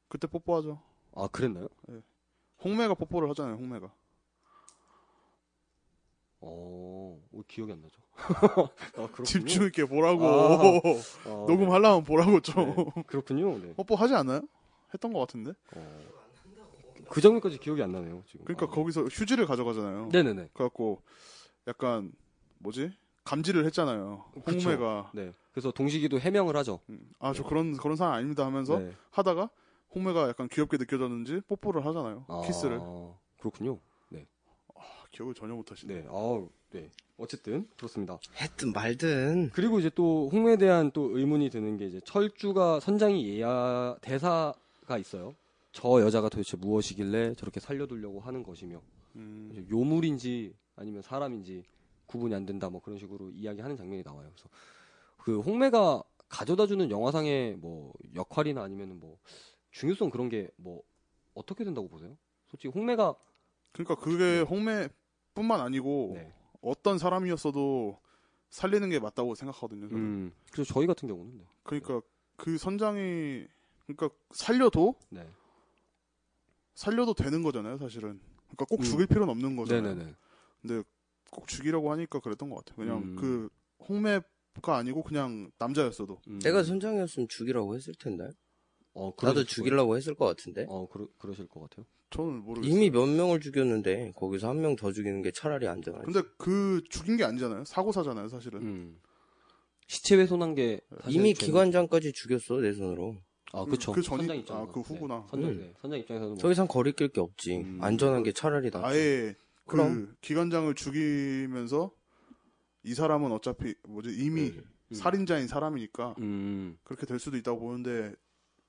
Speaker 3: 그때 뽀뽀하죠.
Speaker 1: 아 그랬나요?
Speaker 3: 홍매가 뽀뽀를 하잖아요. 홍매가.
Speaker 1: 어, 어, 기억이 안 나죠. 아, 그렇군요.
Speaker 3: 집중 있게 보라고
Speaker 1: 아, 아,
Speaker 3: 녹음하려면 보라고 좀 어, 뭐
Speaker 1: 네. 그렇군요. 네.
Speaker 3: 뽀뽀하지 않아요? 했던 것 같은데
Speaker 1: 어. 그 장면까지 기억이 안 나네요. 지금.
Speaker 3: 그러니까
Speaker 1: 아,
Speaker 3: 거기서 휴지를 가져가잖아요
Speaker 1: 네네네.
Speaker 3: 그래갖고 약간 뭐지 감지를 했잖아요
Speaker 1: 그쵸.
Speaker 3: 홍매가
Speaker 1: 네. 그래서 동식이도 해명을 하죠.
Speaker 3: 아 저 그런 그런 사람 아닙니다 하면서
Speaker 1: 네.
Speaker 3: 하다가 홍매가 약간 귀엽게 느껴졌는지 뽀뽀를 하잖아요
Speaker 1: 아,
Speaker 3: 키스를
Speaker 1: 그렇군요.
Speaker 3: 아, 기억을 전혀 못하시네
Speaker 1: 네. 아우. 네. 어쨌든 그렇습니다.
Speaker 2: 했든 말든
Speaker 1: 그리고 이제 또 홍매에 대한 또 의문이 드는 게 이제 철주가 선장이 예야 대사가 있어요. 저 여자가 도대체 무엇이길래 저렇게 살려두려고 하는 것이며
Speaker 3: 음,
Speaker 1: 이제 요물인지 아니면 사람인지 구분이 안 된다 뭐 그런 식으로 이야기하는 장면이 나와요. 그래서 그 홍매가 가져다주는 영화상의 뭐 역할이나 아니면 뭐 중요성 그런 게 뭐 어떻게 된다고 보세요? 솔직히 홍매가
Speaker 3: 그러니까 그게 홍매뿐만 아니고
Speaker 1: 네.
Speaker 3: 어떤 사람이었어도 살리는 게 맞다고 생각하거든요 저는.
Speaker 1: 음, 그래서 저희 같은 경우는 네.
Speaker 3: 그러니까 그 선장이 그러니까 살려도
Speaker 1: 네.
Speaker 3: 살려도 되는 거잖아요, 사실은. 그러니까 꼭
Speaker 1: 음.
Speaker 3: 죽일 필요는 없는 거잖아요.
Speaker 1: 네네네.
Speaker 3: 근데 꼭 죽이려고 하니까 그랬던 것 같아요. 그냥
Speaker 1: 음.
Speaker 3: 그 홍매가 아니고 그냥 남자였어도
Speaker 1: 음.
Speaker 2: 내가 선장이었으면 죽이라고 했을 텐데
Speaker 1: 어,
Speaker 2: 나도
Speaker 1: 그러실
Speaker 2: 죽이려고 했을 것 같은데
Speaker 1: 어, 그러, 그러실 것 같아요.
Speaker 3: 저는 모르겠어요.
Speaker 2: 이미 몇 명을 죽였는데 거기서 한 명 더 죽이는 게 차라리 안 되나
Speaker 3: 근데 그 죽인 게 아니잖아요. 사고사잖아요, 사실은.
Speaker 1: 음, 시체 훼손한 게 사실
Speaker 2: 이미 음.
Speaker 1: 죄는-
Speaker 2: 기관장까지 죽였어 내 손으로
Speaker 1: 아, 그쵸.
Speaker 3: 그 전이-
Speaker 1: 선장 입장에서.
Speaker 3: 아, 그 후구나.
Speaker 1: 네, 선장,
Speaker 2: 음.
Speaker 1: 네. 선장 입장에서는 뭐,
Speaker 2: 더 이상 거리낄 게 없지
Speaker 1: 음.
Speaker 2: 안전한 게 차라리 낫지
Speaker 3: 아예 그
Speaker 2: 그럼.
Speaker 3: 기관장을 죽이면서 이 사람은 어차피 뭐지 이미
Speaker 2: 음.
Speaker 1: 음.
Speaker 3: 살인자인 사람이니까
Speaker 1: 음,
Speaker 3: 그렇게 될 수도 있다고 보는데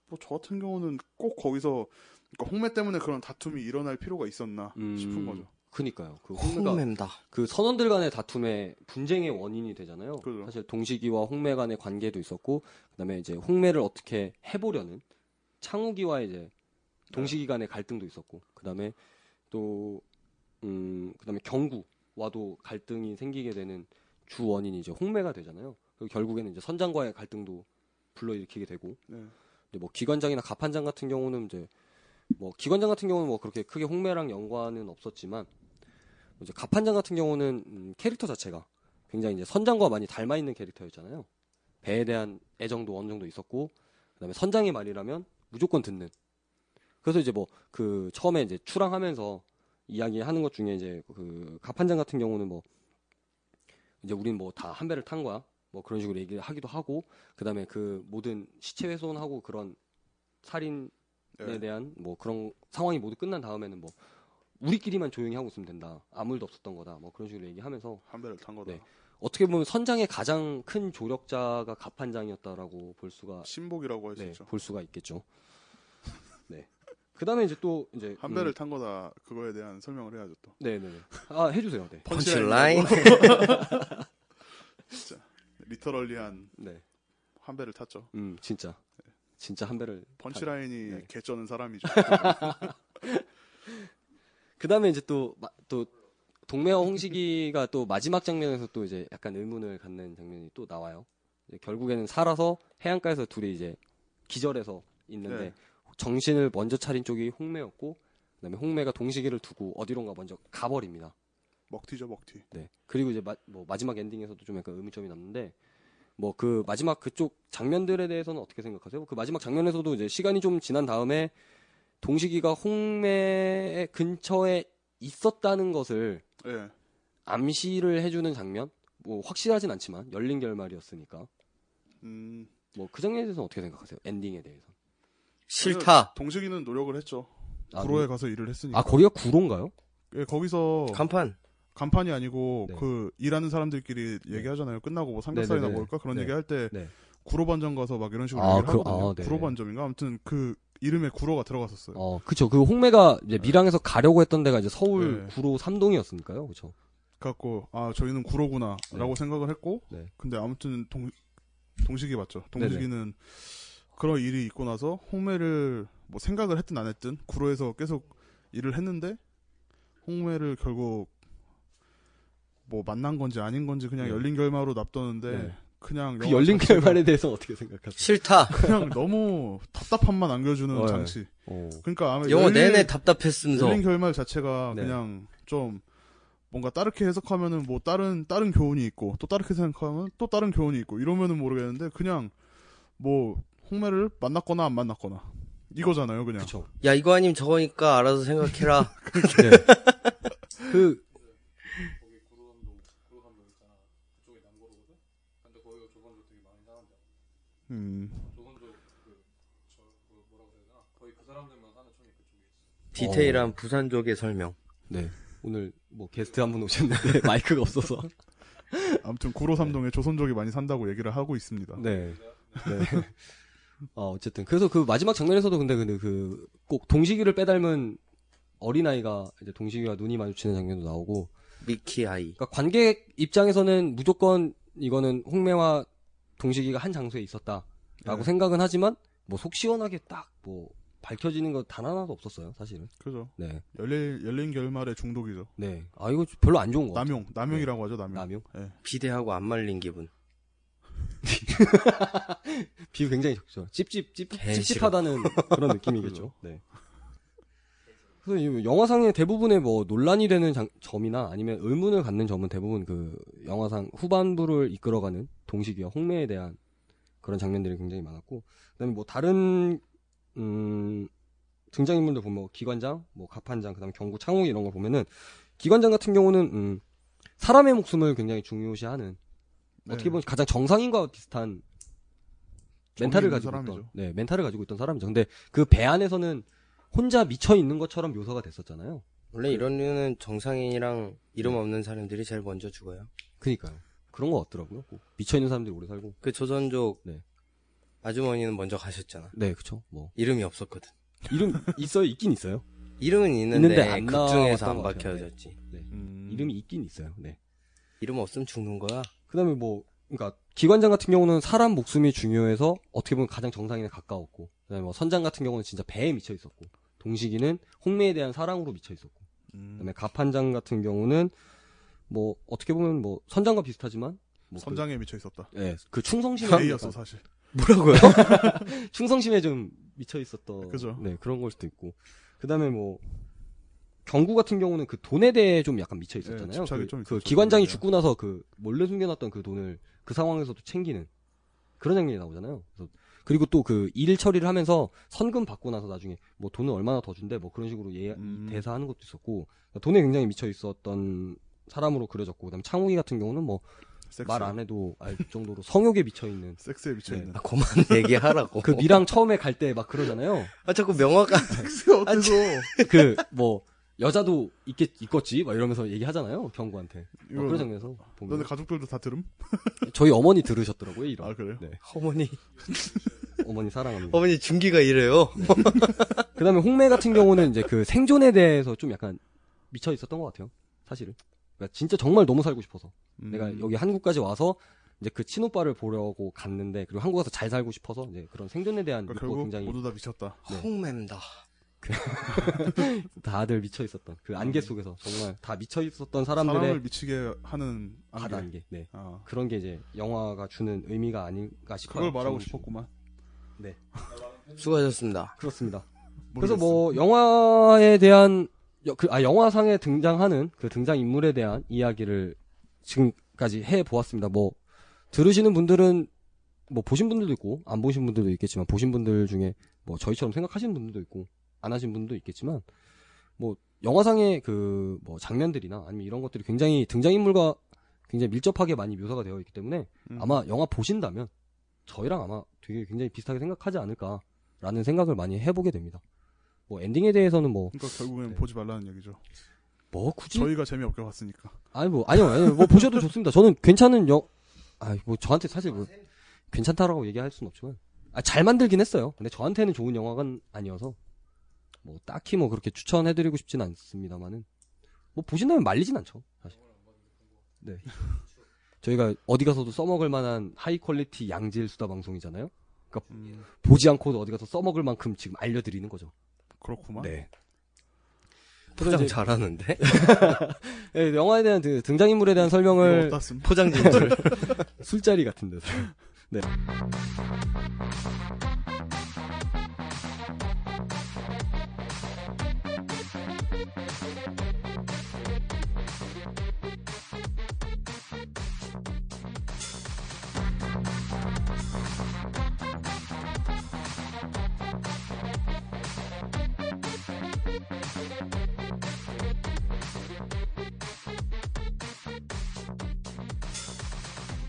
Speaker 3: 뭐 저 같은 경우는 꼭 거기서 그러니까 홍매 때문에 그런 다툼이 일어날 필요가 있었나
Speaker 1: 음.
Speaker 3: 싶은 거죠.
Speaker 1: 그니까요. 그 홍매가,
Speaker 2: 홍맵다
Speaker 1: 그 선원들 간의 다툼의 분쟁의 원인이 되잖아요.
Speaker 3: 그죠.
Speaker 1: 사실 동식이와 홍매 간의 관계도 있었고, 그 다음에 이제 홍매를 어떻게 해보려는 창욱이와 이제 동식이
Speaker 3: 네.
Speaker 1: 간의 갈등도 있었고, 그 다음에 또, 음, 그 다음에 경구와도 갈등이 생기게 되는 주 원인이 이제 홍매가 되잖아요. 그리고 결국에는 이제 선장과의 갈등도 불러일으키게 되고
Speaker 3: 네.
Speaker 1: 근데 뭐 기관장이나 가판장 같은 경우는 이제 뭐 기관장 같은 경우는 뭐 그렇게 크게 홍매랑 연관은 없었지만 뭐 이제 가판장 같은 경우는 음, 캐릭터 자체가 굉장히 이제 선장과 많이 닮아 있는 캐릭터였잖아요. 배에 대한 애정도 어느 정도 있었고 그다음에 선장의 말이라면 무조건 듣는. 그래서 이제 뭐 그 처음에 이제 출항하면서 이야기하는 것 중에 이제 그 가판장 같은 경우는 뭐 이제 우린 뭐 다 한 배를 탄 거야. 뭐 그런 식으로 얘기를 하기도 하고 그다음에 그 모든 시체 훼손하고 그런 살인에
Speaker 3: 네.
Speaker 1: 대한 뭐 그런 상황이 모두 끝난 다음에는 뭐 우리끼리만 조용히 하고 있으면 된다. 아무 일도 없었던 거다. 뭐 그런 식으로 얘기하면서
Speaker 3: 한 배를 탄 거다.
Speaker 1: 네. 어떻게 보면 선장의 가장 큰 조력자가 가판장이었다라고 볼 수가
Speaker 3: 신복이라고 할 수
Speaker 1: 네,
Speaker 3: 있죠.
Speaker 1: 볼 수가 있겠죠. 네. 그다음에 이제 또 이제 음,
Speaker 3: 한 배를 탄 거다. 그거에 대한 설명을 해야죠 또.
Speaker 1: 네, 네, 네. 아, 해 주세요. 네.
Speaker 2: 펀치라인
Speaker 3: 리터럴리한
Speaker 1: 네.
Speaker 3: 한 배를 탔죠.
Speaker 1: 음, 진짜.
Speaker 3: 네.
Speaker 1: 진짜 한 배를
Speaker 3: 펀치라인이
Speaker 1: 네.
Speaker 3: 개쩌는 사람이죠.
Speaker 1: 그 다음에 이제 또, 마- 또, 동매와 홍식이가 또 마지막 장면에서 또 이제 약간 의문을 갖는 장면이 또 나와요. 이제 결국에는 살아서 해안가에서 둘이 이제 기절해서 있는데
Speaker 3: 네.
Speaker 1: 정신을 먼저 차린 쪽이 홍매였고 그다음에 홍매가 동식이를 두고 어디론가 먼저 가버립니다.
Speaker 3: 먹튀죠 먹튀.
Speaker 1: 네. 그리고 이제 마, 뭐 마지막 엔딩에서도 좀 약간 의문점이 남는데 뭐 그 마지막 그쪽 장면들에 대해서는 어떻게 생각하세요? 그 마지막 장면에서도 이제 시간이 좀 지난 다음에 동식이가 홍매 근처에 있었다는 것을
Speaker 3: 예.
Speaker 1: 암시를 해주는 장면? 뭐 확실하진 않지만 열린 결말이었으니까
Speaker 3: 음,
Speaker 1: 뭐 그 장면에 대해서는 어떻게 생각하세요? 엔딩에 대해서?
Speaker 2: 싫다.
Speaker 3: 동식이는 노력을 했죠.
Speaker 1: 아,
Speaker 4: 구로에
Speaker 1: 뭐-
Speaker 4: 가서 일을 했으니까.
Speaker 1: 아 거기가 구로인가요?
Speaker 4: 예, 거기서
Speaker 2: 간판
Speaker 4: 간판이 아니고
Speaker 1: 네.
Speaker 4: 그 일하는 사람들끼리 얘기하잖아요. 끝나고 뭐 삼겹살이나
Speaker 1: 네네네.
Speaker 4: 먹을까 그런
Speaker 1: 네.
Speaker 4: 얘기할 때
Speaker 1: 네.
Speaker 4: 구로반점 가서 막 이런 식으로
Speaker 1: 아,
Speaker 4: 얘기를
Speaker 1: 그-
Speaker 4: 하거든요.
Speaker 1: 아, 네.
Speaker 4: 구로반점인가 아무튼 그 이름에 구로가 들어갔었어요.
Speaker 1: 어 그쵸 그 홍매가 이제 밀양에서 가려고 했던 데가 이제 서울
Speaker 4: 네.
Speaker 1: 구로 삼동이었으니까요 그쵸?
Speaker 4: 그래갖고 아 저희는 구로구나라고
Speaker 1: 네.
Speaker 4: 생각을 했고
Speaker 1: 네.
Speaker 4: 근데 아무튼 동 동식이 맞죠. 동식이는 그런 일이 있고 나서 홍매를 뭐 생각을 했든 안 했든 구로에서 계속 일을 했는데 홍매를 결국 뭐 만난 건지 아닌 건지 그냥
Speaker 1: 네.
Speaker 4: 열린 결말로 납뒀는데
Speaker 1: 네.
Speaker 4: 그냥
Speaker 1: 그
Speaker 4: 영화
Speaker 1: 열린
Speaker 4: 자체가
Speaker 1: 결말에 대해서 어떻게 생각하세요?
Speaker 2: 싫다.
Speaker 4: 그냥 너무 답답함만 안겨주는
Speaker 1: 어, 예.
Speaker 4: 장치.
Speaker 1: 어.
Speaker 4: 그러니까 아마
Speaker 2: 영화
Speaker 4: 열린-
Speaker 2: 내내 답답했으면서
Speaker 4: 열린 결말 자체가
Speaker 1: 네.
Speaker 4: 그냥 좀 뭔가 따르게 해석하면은 뭐 다른 다른 교훈이 있고 또 다르게 생각하면 또 다른 교훈이 있고 이러면은 모르겠는데 그냥 뭐 홍매를 만났거나 안 만났거나 이거잖아요 그냥
Speaker 1: 그쵸.
Speaker 2: 야 이거 아니면 저거니까 알아서 생각해라.
Speaker 1: 그
Speaker 4: 음,
Speaker 1: 어.
Speaker 2: 디테일한 부산족의 설명.
Speaker 1: 네. 오늘 뭐 게스트 한 분 오셨는데 마이크가 없어서.
Speaker 4: 아무튼 구로삼동에 조선족이 많이 산다고 얘기를 하고 있습니다
Speaker 1: 네. 네. 아, 어쨌든 그래서 그 마지막 장면에서도 근데 근데 그 꼭 동식이를 빼닮은 어린아이가 이제 동식이와 눈이 마주치는 장면도 나오고
Speaker 2: 미키 아이.
Speaker 1: 그러니까 관객 입장에서는 무조건 이거는 홍매와 동식이가 한 장소에 있었다라고
Speaker 4: 네.
Speaker 1: 생각은 하지만 뭐 속 시원하게 딱 뭐 밝혀지는 거 단 하나도 없었어요, 사실은.
Speaker 4: 그죠
Speaker 1: 네.
Speaker 4: 열린 열린 결말의 중독이죠
Speaker 1: 네. 아, 이거 별로 안 좋은 거 같아요.
Speaker 4: 남용
Speaker 1: 네.
Speaker 4: 남용이라고 하죠 남용
Speaker 1: 남용.
Speaker 2: 비대하고 안 말린 기분.
Speaker 1: 비유 굉장히 적죠. 찝찝, 찝,
Speaker 2: 개
Speaker 1: 찝찝하다는 그런 느낌이겠죠. 네. 그래서 이 영화상의 대부분의 뭐 논란이 되는 장- 점이나 아니면 의문을 갖는 점은 대부분 그 영화상 후반부를 이끌어가는 동식이와 홍매에 대한 그런 장면들이 굉장히 많았고, 그다음에 뭐 다른 음, 등장인물들 보면 뭐 기관장, 뭐 가판장, 그다음에 경구 창웅 이런 걸 보면은 기관장 같은 경우는 음, 사람의 목숨을 굉장히 중요시하는
Speaker 4: 네.
Speaker 1: 어떻게 보면 가장 정상인과 비슷한 멘탈을
Speaker 4: 있는
Speaker 1: 가지고 있던
Speaker 4: 사람이죠.
Speaker 1: 네 멘탈을 가지고 있던 사람이죠. 근데 그 배 안에서는 혼자 미쳐 있는 것처럼 묘사가 됐었잖아요.
Speaker 2: 원래 이런 류는 정상인이랑 이름
Speaker 1: 네.
Speaker 2: 없는 사람들이 제일 먼저 죽어요.
Speaker 1: 그니까요. 그런 거 같더라고요. 미쳐 있는 사람들이 오래 살고.
Speaker 2: 그 조선족
Speaker 1: 네.
Speaker 2: 아주머니는 먼저 가셨잖아.
Speaker 1: 네, 그쵸. 뭐
Speaker 2: 이름이 없었거든.
Speaker 1: 이름 있어 있긴 있어요.
Speaker 2: 이름은 있는데,
Speaker 1: 있는데 안
Speaker 2: 극중에서
Speaker 1: 나왔던
Speaker 2: 안
Speaker 1: 것 같아요.
Speaker 2: 박혀졌지.
Speaker 4: 음,
Speaker 1: 이름이 있긴 있어요. 네.
Speaker 2: 이름 없으면 죽는 거야.
Speaker 1: 그다음에 뭐 그러니까 기관장 같은 경우는 사람 목숨이 중요해서 어떻게 보면 가장 정상인에 가까웠고 그다음에 뭐 선장 같은 경우는 진짜 배에 미쳐 있었고 동식이는 홍매에 대한 사랑으로 미쳐 있었고
Speaker 4: 음,
Speaker 1: 그다음에 가판장 같은 경우는 뭐 어떻게 보면 뭐 선장과 비슷하지만 뭐
Speaker 3: 선장에 미쳐 있었다.
Speaker 1: 그, 예, 그 충성심에
Speaker 3: A였어 사실.
Speaker 1: 뭐라고요? 충성심에 좀 미쳐 있었던
Speaker 3: 그죠.
Speaker 1: 네, 그런 걸 수도 있고. 그다음에 뭐 경구 같은 경우는 그 돈에 대해 좀 약간 미쳐
Speaker 3: 예,
Speaker 1: 있었잖아요.
Speaker 3: 집착이
Speaker 1: 그,
Speaker 3: 좀
Speaker 1: 그
Speaker 3: 있었죠.
Speaker 1: 기관장이
Speaker 3: 네.
Speaker 1: 죽고 나서 그 몰래 숨겨놨던 그 돈을 그 상황에서도 챙기는 그런 장면이 나오잖아요. 그래서 그리고 또 그 일 처리를 하면서 선금 받고 나서 나중에 뭐 돈을 얼마나 더 준대 뭐 그런 식으로 예,
Speaker 3: 음.
Speaker 1: 대사하는 것도 있었고 그러니까 돈에 굉장히 미쳐 있었던 사람으로 그려졌고 그다음 창욱이 같은 경우는
Speaker 3: 섹스.
Speaker 1: 뭐 말 안 해도 네. 알 정도로 성욕에 미쳐 있는
Speaker 3: 섹스에 미쳐 있는.
Speaker 2: 아, 그만 얘기하라고.
Speaker 1: 그 미랑 처음에 갈 때 막 그러잖아요.
Speaker 2: 아, 자꾸 명확한. 아,
Speaker 3: 섹스 어때서?
Speaker 1: 그 뭐 여자도 있겠 있겠지 막 이러면서 얘기하잖아요 경구한테 막
Speaker 3: 이거
Speaker 1: 뭐 그런 뭐. 장면에서 보면
Speaker 3: 너네 가족들도 다 들음?
Speaker 1: 저희 어머니 들으셨더라고요 이런
Speaker 3: 아 그래요?
Speaker 1: 네
Speaker 2: 어머니,
Speaker 1: 어머니 사랑합니다
Speaker 2: 어머니 중기가 이래요.
Speaker 1: 그다음에 홍매 같은 경우는 이제 그 생존에 대해서 좀 약간 미쳐 있었던 것 같아요 사실은 그러니까 진짜 정말 너무 살고 싶어서
Speaker 3: 음.
Speaker 1: 내가 여기 한국까지 와서 이제 그 친오빠를 보려고 갔는데 그리고 한국 와서 잘 살고 싶어서 이제 그런 생존에 대한
Speaker 3: 그러니까
Speaker 1: 욕구가
Speaker 3: 결국
Speaker 1: 굉장히
Speaker 3: 모두 다 미쳤다.
Speaker 1: 네.
Speaker 2: 홍맵다.
Speaker 1: 다들 미쳐 있었던 그 안개 속에서 정말 다 미쳐 있었던
Speaker 3: 음. 사람을
Speaker 1: 사람들의
Speaker 3: 미치게 하는
Speaker 1: 갓
Speaker 3: 안개.
Speaker 1: 안개 네
Speaker 3: 아,
Speaker 1: 그런 게 이제 영화가 주는 의미가 아닌가 싶어요.
Speaker 3: 그걸 말하고
Speaker 1: 저는
Speaker 3: 싶었구만.
Speaker 2: 수고하셨습니다.
Speaker 1: 그렇습니다.
Speaker 3: 모르겠어.
Speaker 1: 그래서 뭐 영화에 대한 여- 그, 아 영화상에 등장하는 그 등장 인물에 대한 이야기를 지금까지 해 보았습니다. 뭐 들으시는 분들은 뭐 보신 분들도 있고 안 보신 분들도 있겠지만 보신 분들 중에 뭐 저희처럼 생각하시는 분들도 있고 안 하신 분도 있겠지만 뭐 영화상의 그 뭐 장면들이나 아니면 이런 것들이 굉장히 등장 인물과 굉장히 밀접하게 많이 묘사가 되어 있기 때문에
Speaker 3: 음.
Speaker 1: 아마 영화 보신다면 저희랑 아마 되게 굉장히 비슷하게 생각하지 않을까라는 생각을 많이 해보게 됩니다. 뭐 엔딩에 대해서는 뭐 뭐
Speaker 3: 그러니까 결국엔
Speaker 1: 네.
Speaker 3: 보지 말라는 얘기죠.
Speaker 1: 굳이
Speaker 3: 저희가 재미없게 봤으니까.
Speaker 1: 아니 뭐 아니요 아니요 뭐 보셔도 좋습니다. 저는 괜찮은 영 아니 뭐 저한테 사실 뭐 괜찮다라고 얘기할 수는 없지만 아 잘 만들긴 했어요. 근데 저한테는 좋은 영화관 아니어서 뭐 딱히 뭐 그렇게 추천해드리고 싶진 않습니다만은 뭐 보신다면 말리진 않죠 사실. 네. 저희가 어디 가서도 써먹을 만한 하이 퀄리티 양질 수다 방송이잖아요. 그러니까
Speaker 3: 음,
Speaker 1: 보지 않고도 어디 가서 써먹을 만큼 지금 알려드리는 거죠.
Speaker 3: 그렇구만.
Speaker 1: 네.
Speaker 2: 포장 잘하는데?
Speaker 1: 예, 영화에 대한 그 등장인물에 대한 설명을
Speaker 3: 이거 어디다 쓴?
Speaker 2: 포장 진출.
Speaker 1: 술자리 같은 데서. 네.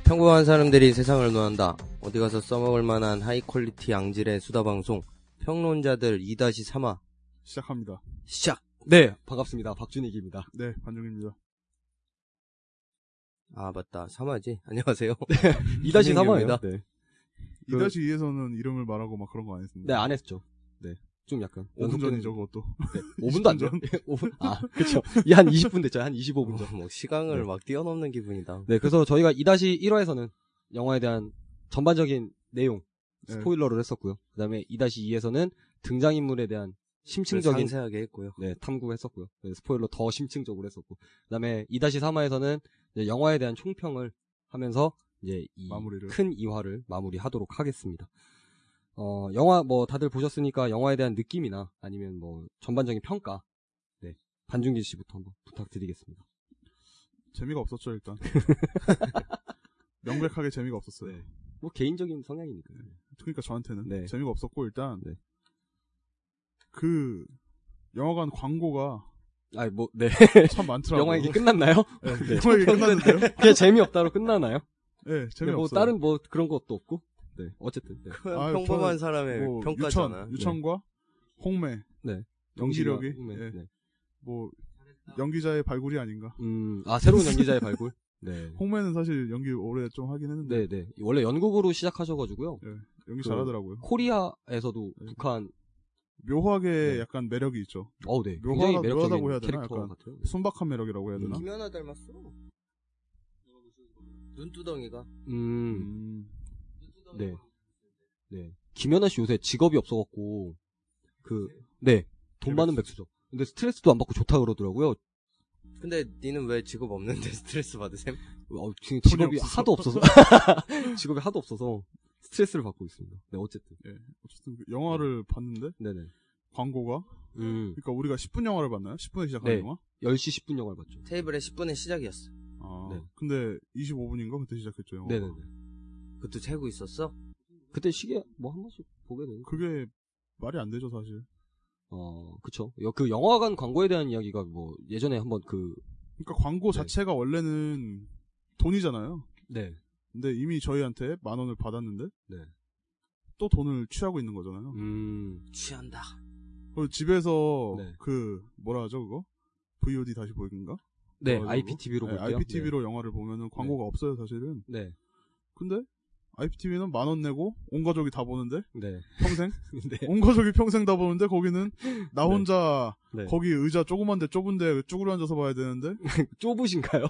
Speaker 2: 평범한 사람들이 세상을 논한다. 어디 가서 써먹을 만한 하이 퀄리티 양질의 수다 방송. 평론자들 2-3화.
Speaker 3: 시작합니다.
Speaker 2: 시작!
Speaker 1: 네, 반갑습니다. 박준익입니다.
Speaker 3: 네, 반중입니다.
Speaker 2: 아, 맞다. 3화지? 안녕하세요.
Speaker 1: 2-3화입니다. 음, 네.
Speaker 3: 이 2-2에서는 이름을 말하고 막 그런 거 안 했습니다.
Speaker 1: 네, 안 했죠. 네. 좀 약간.
Speaker 3: 5분 전이죠, 그것도.
Speaker 1: 5분도 안 전? 5분? 아, 그쵸. 이한 20분 됐죠. 한 25분 전.
Speaker 2: 뭐, 시간을
Speaker 1: 네.
Speaker 2: 막 뛰어넘는 기분이다.
Speaker 1: 네, 그래서 저희가 2-1화에서는 영화에 대한 전반적인 내용,
Speaker 3: 네.
Speaker 1: 스포일러를 했었고요. 그 다음에 2-2에서는 등장인물에 대한 심층적인
Speaker 2: 상세하게 했고요.
Speaker 1: 네, 탐구했었고요. 네, 스포일러 더 심층적으로 했었고. 그다음에 2-3화에서는 영화에 대한 총평을 하면서 이제 이
Speaker 3: 마무리를.
Speaker 1: 큰 2화를 마무리하도록 하겠습니다. 어, 영화 뭐 다들 보셨으니까 영화에 대한 느낌이나 아니면 뭐 전반적인 평가 네, 반준기 씨부터 한번 부탁드리겠습니다.
Speaker 3: 재미가 없었죠, 일단.
Speaker 1: 네.
Speaker 3: 명백하게 재미가 없었어요.
Speaker 1: 뭐 개인적인 성향이니까요.
Speaker 3: 그러니까 저한테는
Speaker 1: 네.
Speaker 3: 재미가 없었고 일단
Speaker 1: 네.
Speaker 3: 그 영화관 광고가
Speaker 1: 아니 뭐 네.
Speaker 3: 참 많더라고요.
Speaker 1: 영화 얘기 끝났나요?
Speaker 3: 네, 영화 얘기 끝났는데요?
Speaker 1: 그냥 재미없다로 끝나나요?
Speaker 3: 네,
Speaker 1: 네,
Speaker 3: 재미없어요.
Speaker 1: 뭐 다른 뭐 그런 것도 없고. 네. 어쨌든 네.
Speaker 2: 그냥
Speaker 3: 아유,
Speaker 2: 평범한
Speaker 3: 저는
Speaker 2: 사람의
Speaker 3: 뭐
Speaker 2: 평가잖아.
Speaker 3: 유천, 유천과 홍매,
Speaker 1: 네.
Speaker 3: 연기력이
Speaker 1: 네,
Speaker 3: 예,
Speaker 1: 네.
Speaker 3: 뭐 연기자의 발굴이 아닌가.
Speaker 1: 음, 아 새로운 연기자의 발굴. 네.
Speaker 3: 홍매는 사실 연기 오래 좀 하긴
Speaker 1: 네,
Speaker 3: 했는데
Speaker 1: 네. 원래 연극으로 시작하셔가지고요.
Speaker 3: 연기
Speaker 1: 그-
Speaker 3: 잘하더라고요.
Speaker 1: 코리아에서도
Speaker 3: 네.
Speaker 1: 북한,
Speaker 3: 묘하게
Speaker 1: 네.
Speaker 3: 약간 매력이 있죠.
Speaker 1: 어우, 네.
Speaker 3: 묘하다-
Speaker 1: 굉장히 매력적인
Speaker 3: 묘하다고 해야 되나?
Speaker 1: 캐릭터
Speaker 3: 약간.
Speaker 1: 같아요. 네.
Speaker 3: 순박한 매력이라고 해야 되나?
Speaker 1: 음.
Speaker 2: 김연아 닮았어. 눈두덩이가.
Speaker 1: 음,
Speaker 3: 음,
Speaker 1: 네. 네. 김연아 씨 요새 직업이 없어갖고, 그, 네. 돈 많은 백수죠. 근데 스트레스도 안 받고 좋다 그러더라고요.
Speaker 2: 근데 니는 왜 직업 없는데 스트레스 받으셈?
Speaker 1: 어, 지금 직업이
Speaker 3: 없어서.
Speaker 1: 하도 없어서 직업이 하도 없어서 스트레스를 받고 있습니다. 네 어쨌든
Speaker 3: 어쨌든 그 영화를 봤는데
Speaker 1: 네네.
Speaker 3: 광고가
Speaker 1: 음
Speaker 3: 그러니까 우리가 10분 영화를 봤나요? 10분에 시작하는
Speaker 1: 네.
Speaker 3: 영화?
Speaker 1: 10시 10분 영화를 봤죠.
Speaker 2: 테이블에 10분의 시작이었어.
Speaker 3: 아,
Speaker 1: 네.
Speaker 3: 근데 25분인가 그때 시작했죠 영화.
Speaker 1: 네네네.
Speaker 2: 그것도 재고 있었어?
Speaker 1: 그때 시계 뭐 한 번씩 보게 되는.
Speaker 3: 그게 말이 안 되죠 사실.
Speaker 1: 어 그쵸. 여- 그 영화관 광고에 대한 이야기가 뭐 예전에 한번 그
Speaker 3: 그러니까 광고
Speaker 1: 네.
Speaker 3: 자체가 원래는 돈이잖아요.
Speaker 1: 네.
Speaker 3: 근데 이미 저희한테 만 원을 받았는데
Speaker 1: 네.
Speaker 3: 또 돈을 취하고 있는 거잖아요.
Speaker 1: 음
Speaker 2: 취한다.
Speaker 3: 그리고 집에서
Speaker 1: 네.
Speaker 3: 그 뭐라 하죠 그거? VOD 다시 보기인가?
Speaker 1: 네,
Speaker 3: 그래가지고.
Speaker 1: IPTV로
Speaker 3: 네,
Speaker 1: 볼게요.
Speaker 3: IPTV로 영화를 보면은 광고가 없어요 사실은.
Speaker 1: 네.
Speaker 3: 근데 IPTV는 만 원 내고 온 가족이 다 보는데
Speaker 1: 네. 네.
Speaker 3: 평생
Speaker 1: 네.
Speaker 3: 온 가족이 평생 다 보는데 거기는 나
Speaker 1: 네.
Speaker 3: 혼자
Speaker 1: 네.
Speaker 3: 거기 의자 조그만데 좁은데 쭈그려 앉아서 봐야 되는데
Speaker 1: 좁으신가요?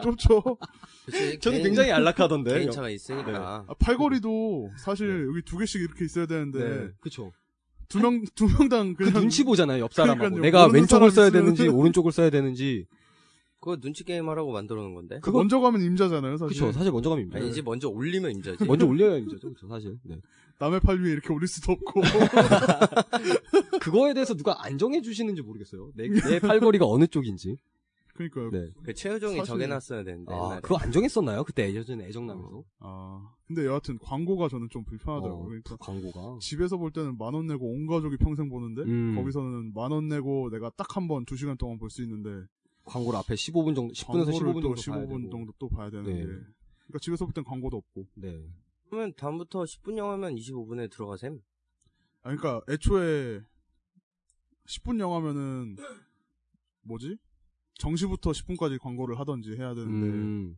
Speaker 3: 좁죠.
Speaker 2: 그치,
Speaker 5: 저는
Speaker 2: 개인-
Speaker 5: 굉장히 안락하던데.
Speaker 1: 네.
Speaker 2: 개인차가 있으니까.
Speaker 3: 아, 팔걸이도 사실 여기 두 개씩 이렇게 있어야 되는데
Speaker 1: 네, 그쵸.
Speaker 3: 두 명 두 명당
Speaker 1: 그
Speaker 3: 네. 그냥
Speaker 1: 눈치 보잖아요, 옆 사람하고.
Speaker 3: 그러니까요.
Speaker 1: 내가
Speaker 3: 모르는
Speaker 1: 왼쪽을 써야
Speaker 3: 사람 있으면은-
Speaker 1: 되는지, 오른쪽을 써야 되는지.
Speaker 2: 그거 눈치 게임 하라고 만들어 놓은 건데.
Speaker 1: 그거-
Speaker 3: 먼저 가면 임자잖아요 사실.
Speaker 1: 그쵸, 사실 먼저 가면
Speaker 2: 아니,
Speaker 1: 임자죠.
Speaker 2: 이제 먼저 올리면 임자지.
Speaker 1: 먼저 올려야 임자죠, 그쵸, 사실. 네.
Speaker 3: 남의 팔 위에 이렇게 올릴 수도 없고
Speaker 1: 그거에 대해서 누가 안정해주시는지 모르겠어요. 내, 내 팔걸이가 어느 쪽인지.
Speaker 3: 그러니까요.
Speaker 1: 네.
Speaker 2: 그 최유정이
Speaker 3: 사실-
Speaker 2: 저게놨어야 되는데.
Speaker 1: 아,
Speaker 2: 옛날에.
Speaker 1: 그거 안정했었나요? 그때 예전에 애정남에서.
Speaker 3: 아 근데 여하튼 광고가 저는 좀
Speaker 1: 어,
Speaker 3: 불편하더라고요. 그러니까
Speaker 1: 광고가.
Speaker 3: 집에서 볼 때는 만 원 내고 온 가족이 평생 보는데
Speaker 1: 음.
Speaker 3: 거기서는 만 원 내고 내가 딱 한 번 두 시간 동안 볼 수 있는데
Speaker 1: 광고를 앞에 15분 정도, 10분에서
Speaker 3: 광고를
Speaker 1: 15분
Speaker 3: 또
Speaker 1: 정도.
Speaker 3: 15분 정도 또 봐야 되는
Speaker 1: 네.
Speaker 3: 게 그러니까 집에서 볼 땐 광고도 없고
Speaker 1: 네.
Speaker 2: 그러면 다음부터 10분 영화면 25분에 들어가셈.
Speaker 3: 아 그러니까 애초에 10분 영화면은 뭐지 정시부터 10분까지 광고를 하던지 해야 되는데
Speaker 1: 음.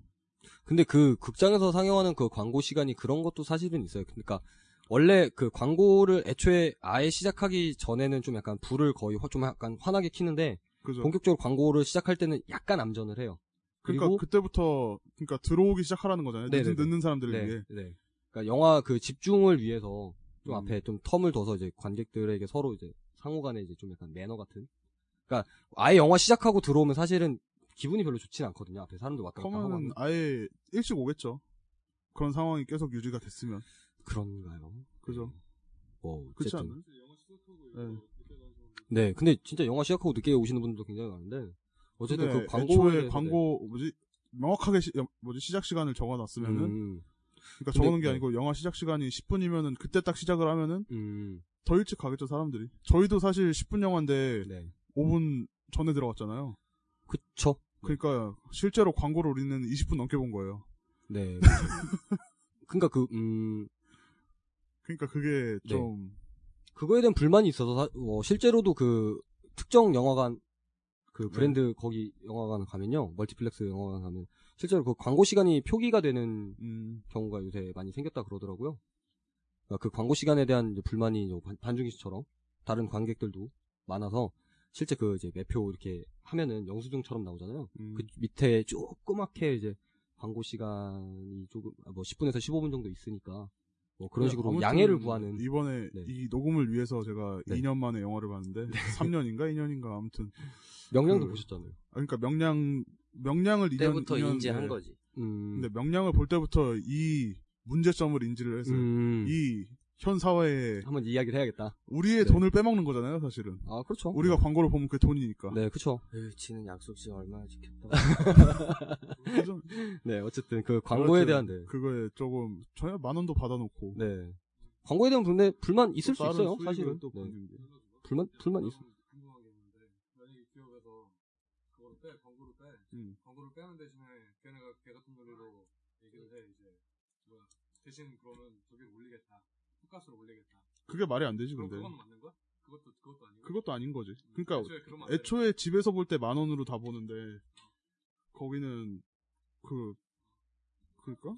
Speaker 1: 근데 그 극장에서 상영하는 그 광고 시간이 그런 것도 사실은 있어요. 그러니까 원래 그 광고를 애초에 아예 시작하기 전에는 좀 약간 불을 거의 화- 좀 약간 환하게 키는데
Speaker 3: 그죠
Speaker 1: 본격적으로 광고를 시작할 때는 약간 암전을 해요.
Speaker 3: 그러니까
Speaker 1: 그리고-
Speaker 3: 그때부터 그러니까 들어오기 시작하라는 거잖아요
Speaker 1: 네네네.
Speaker 3: 늦- 늦는 사람들을
Speaker 1: 네.
Speaker 3: 위해
Speaker 1: 네. 그러니까 영화 그 집중을 위해서 좀
Speaker 3: 음.
Speaker 1: 앞에 좀 텀을 둬서 이제 관객들에게 서로 이제 상호간에 이제 좀 약간 매너 같은. 그러니까 아예 영화 시작하고 들어오면 사실은 기분이 별로 좋진 않거든요. 앞에 사람들 왔다 갔다 하고
Speaker 3: 커먼은
Speaker 1: 하면.
Speaker 3: 아예 일찍 오겠죠 그런 상황이 계속 유지가 됐으면
Speaker 1: 그런가요?
Speaker 3: 그죠
Speaker 1: 뭐
Speaker 3: 그렇지
Speaker 1: 어쨌든
Speaker 3: 않나요? 네.
Speaker 1: 네, 근데 진짜 영화 시작하고 늦게 오시는 분들도 굉장히 많은데 어쨌든
Speaker 3: 근데
Speaker 1: 그 광고에
Speaker 3: 네, 애초에
Speaker 1: 대해서-
Speaker 3: 광고 뭐지 명확하게 시- 뭐지 시작 시간을
Speaker 1: 네.
Speaker 3: 적어놨으면은
Speaker 1: 음,
Speaker 3: 그러니까
Speaker 1: 근데-
Speaker 3: 적어놓은 게
Speaker 1: 네.
Speaker 3: 아니고 영화 시작 시간이 10분이면은 그때 딱 시작을 하면은
Speaker 1: 음,
Speaker 3: 더 일찍 가겠죠 사람들이 저희도 사실 10분 영화인데
Speaker 1: 네,
Speaker 3: 5분 전에 들어갔잖아요.
Speaker 1: 그쵸.
Speaker 3: 그러니까 실제로 광고를 우리는 20분 넘게 본 거예요.
Speaker 1: 네. 그러니까 그 음,
Speaker 3: 그러니까 그게
Speaker 1: 네.
Speaker 3: 좀
Speaker 1: 그거에 대한 불만이 있어서 사- 어, 실제로도 그 특정 영화관
Speaker 3: 네.
Speaker 1: 그 브랜드 거기 영화관 가면요 멀티플렉스 영화관 가면 실제로 그 광고 시간이 표기가 되는
Speaker 3: 음,
Speaker 1: 경우가 요새 많이 생겼다 그러더라고요. 그러니까 그 광고 시간에 대한 이제 불만이 이제 반- 반중기 씨처럼 다른 관객들도 많아서 실제 그 이제 매표 이렇게 하면은 영수증처럼 나오잖아요.
Speaker 3: 음,
Speaker 1: 그 밑에 조그맣게 이제 광고 시간이 조금 아, 뭐 10분에서 15분 정도 있으니까 뭐 그런 식으로
Speaker 3: 네, 아무튼
Speaker 1: 양해를 구하는
Speaker 3: 이번에
Speaker 1: 네.
Speaker 3: 이 녹음을 위해서 제가
Speaker 1: 네.
Speaker 3: 2년 만에 영화를 봤는데 3년인가 2년인가 아무튼
Speaker 1: 명령도
Speaker 3: 그-
Speaker 1: 보셨잖아요.
Speaker 3: 아, 그러니까 명량 명량을 2년
Speaker 2: 그때부터
Speaker 3: 2년,
Speaker 2: 인지한
Speaker 3: 네.
Speaker 2: 거지.
Speaker 1: 음.
Speaker 3: 근데 명량을 볼 때부터 이 문제점을 인지를 했어요.
Speaker 1: 음.
Speaker 3: 이 현 사회에
Speaker 1: 한번 이야기를 해야겠다. 네.
Speaker 3: 우리의 돈을 빼먹는 거잖아요, 사실은.
Speaker 1: 아 그렇죠.
Speaker 3: 우리가 광고를 보면 그게 돈이니까.
Speaker 1: 네 그렇죠.
Speaker 2: 에휴, 지는 약속 시간 얼마나 지켰다.
Speaker 3: 그죠?
Speaker 1: 네 어쨌든 그 광고에 대한 네.
Speaker 3: 그거에 조금 전혀 만 원도 받아놓고
Speaker 1: 네. 광고에 대한 불만, 불만 있을 수
Speaker 3: 다른
Speaker 1: 있어요,
Speaker 3: 수익을
Speaker 1: 사실은.
Speaker 3: 또
Speaker 1: 네.
Speaker 3: 보는 게.
Speaker 1: 불만, 불만 있어.
Speaker 3: 음. 그게 말이 안 되지 근데. 그건 맞는 거야? 그것도 그것도 아닌 거지.
Speaker 4: 음,
Speaker 3: 그러니까
Speaker 1: 그렇죠.
Speaker 3: 애초에, 집에서 볼 때 만 원으로 다 보는데 거기는 그 그니까?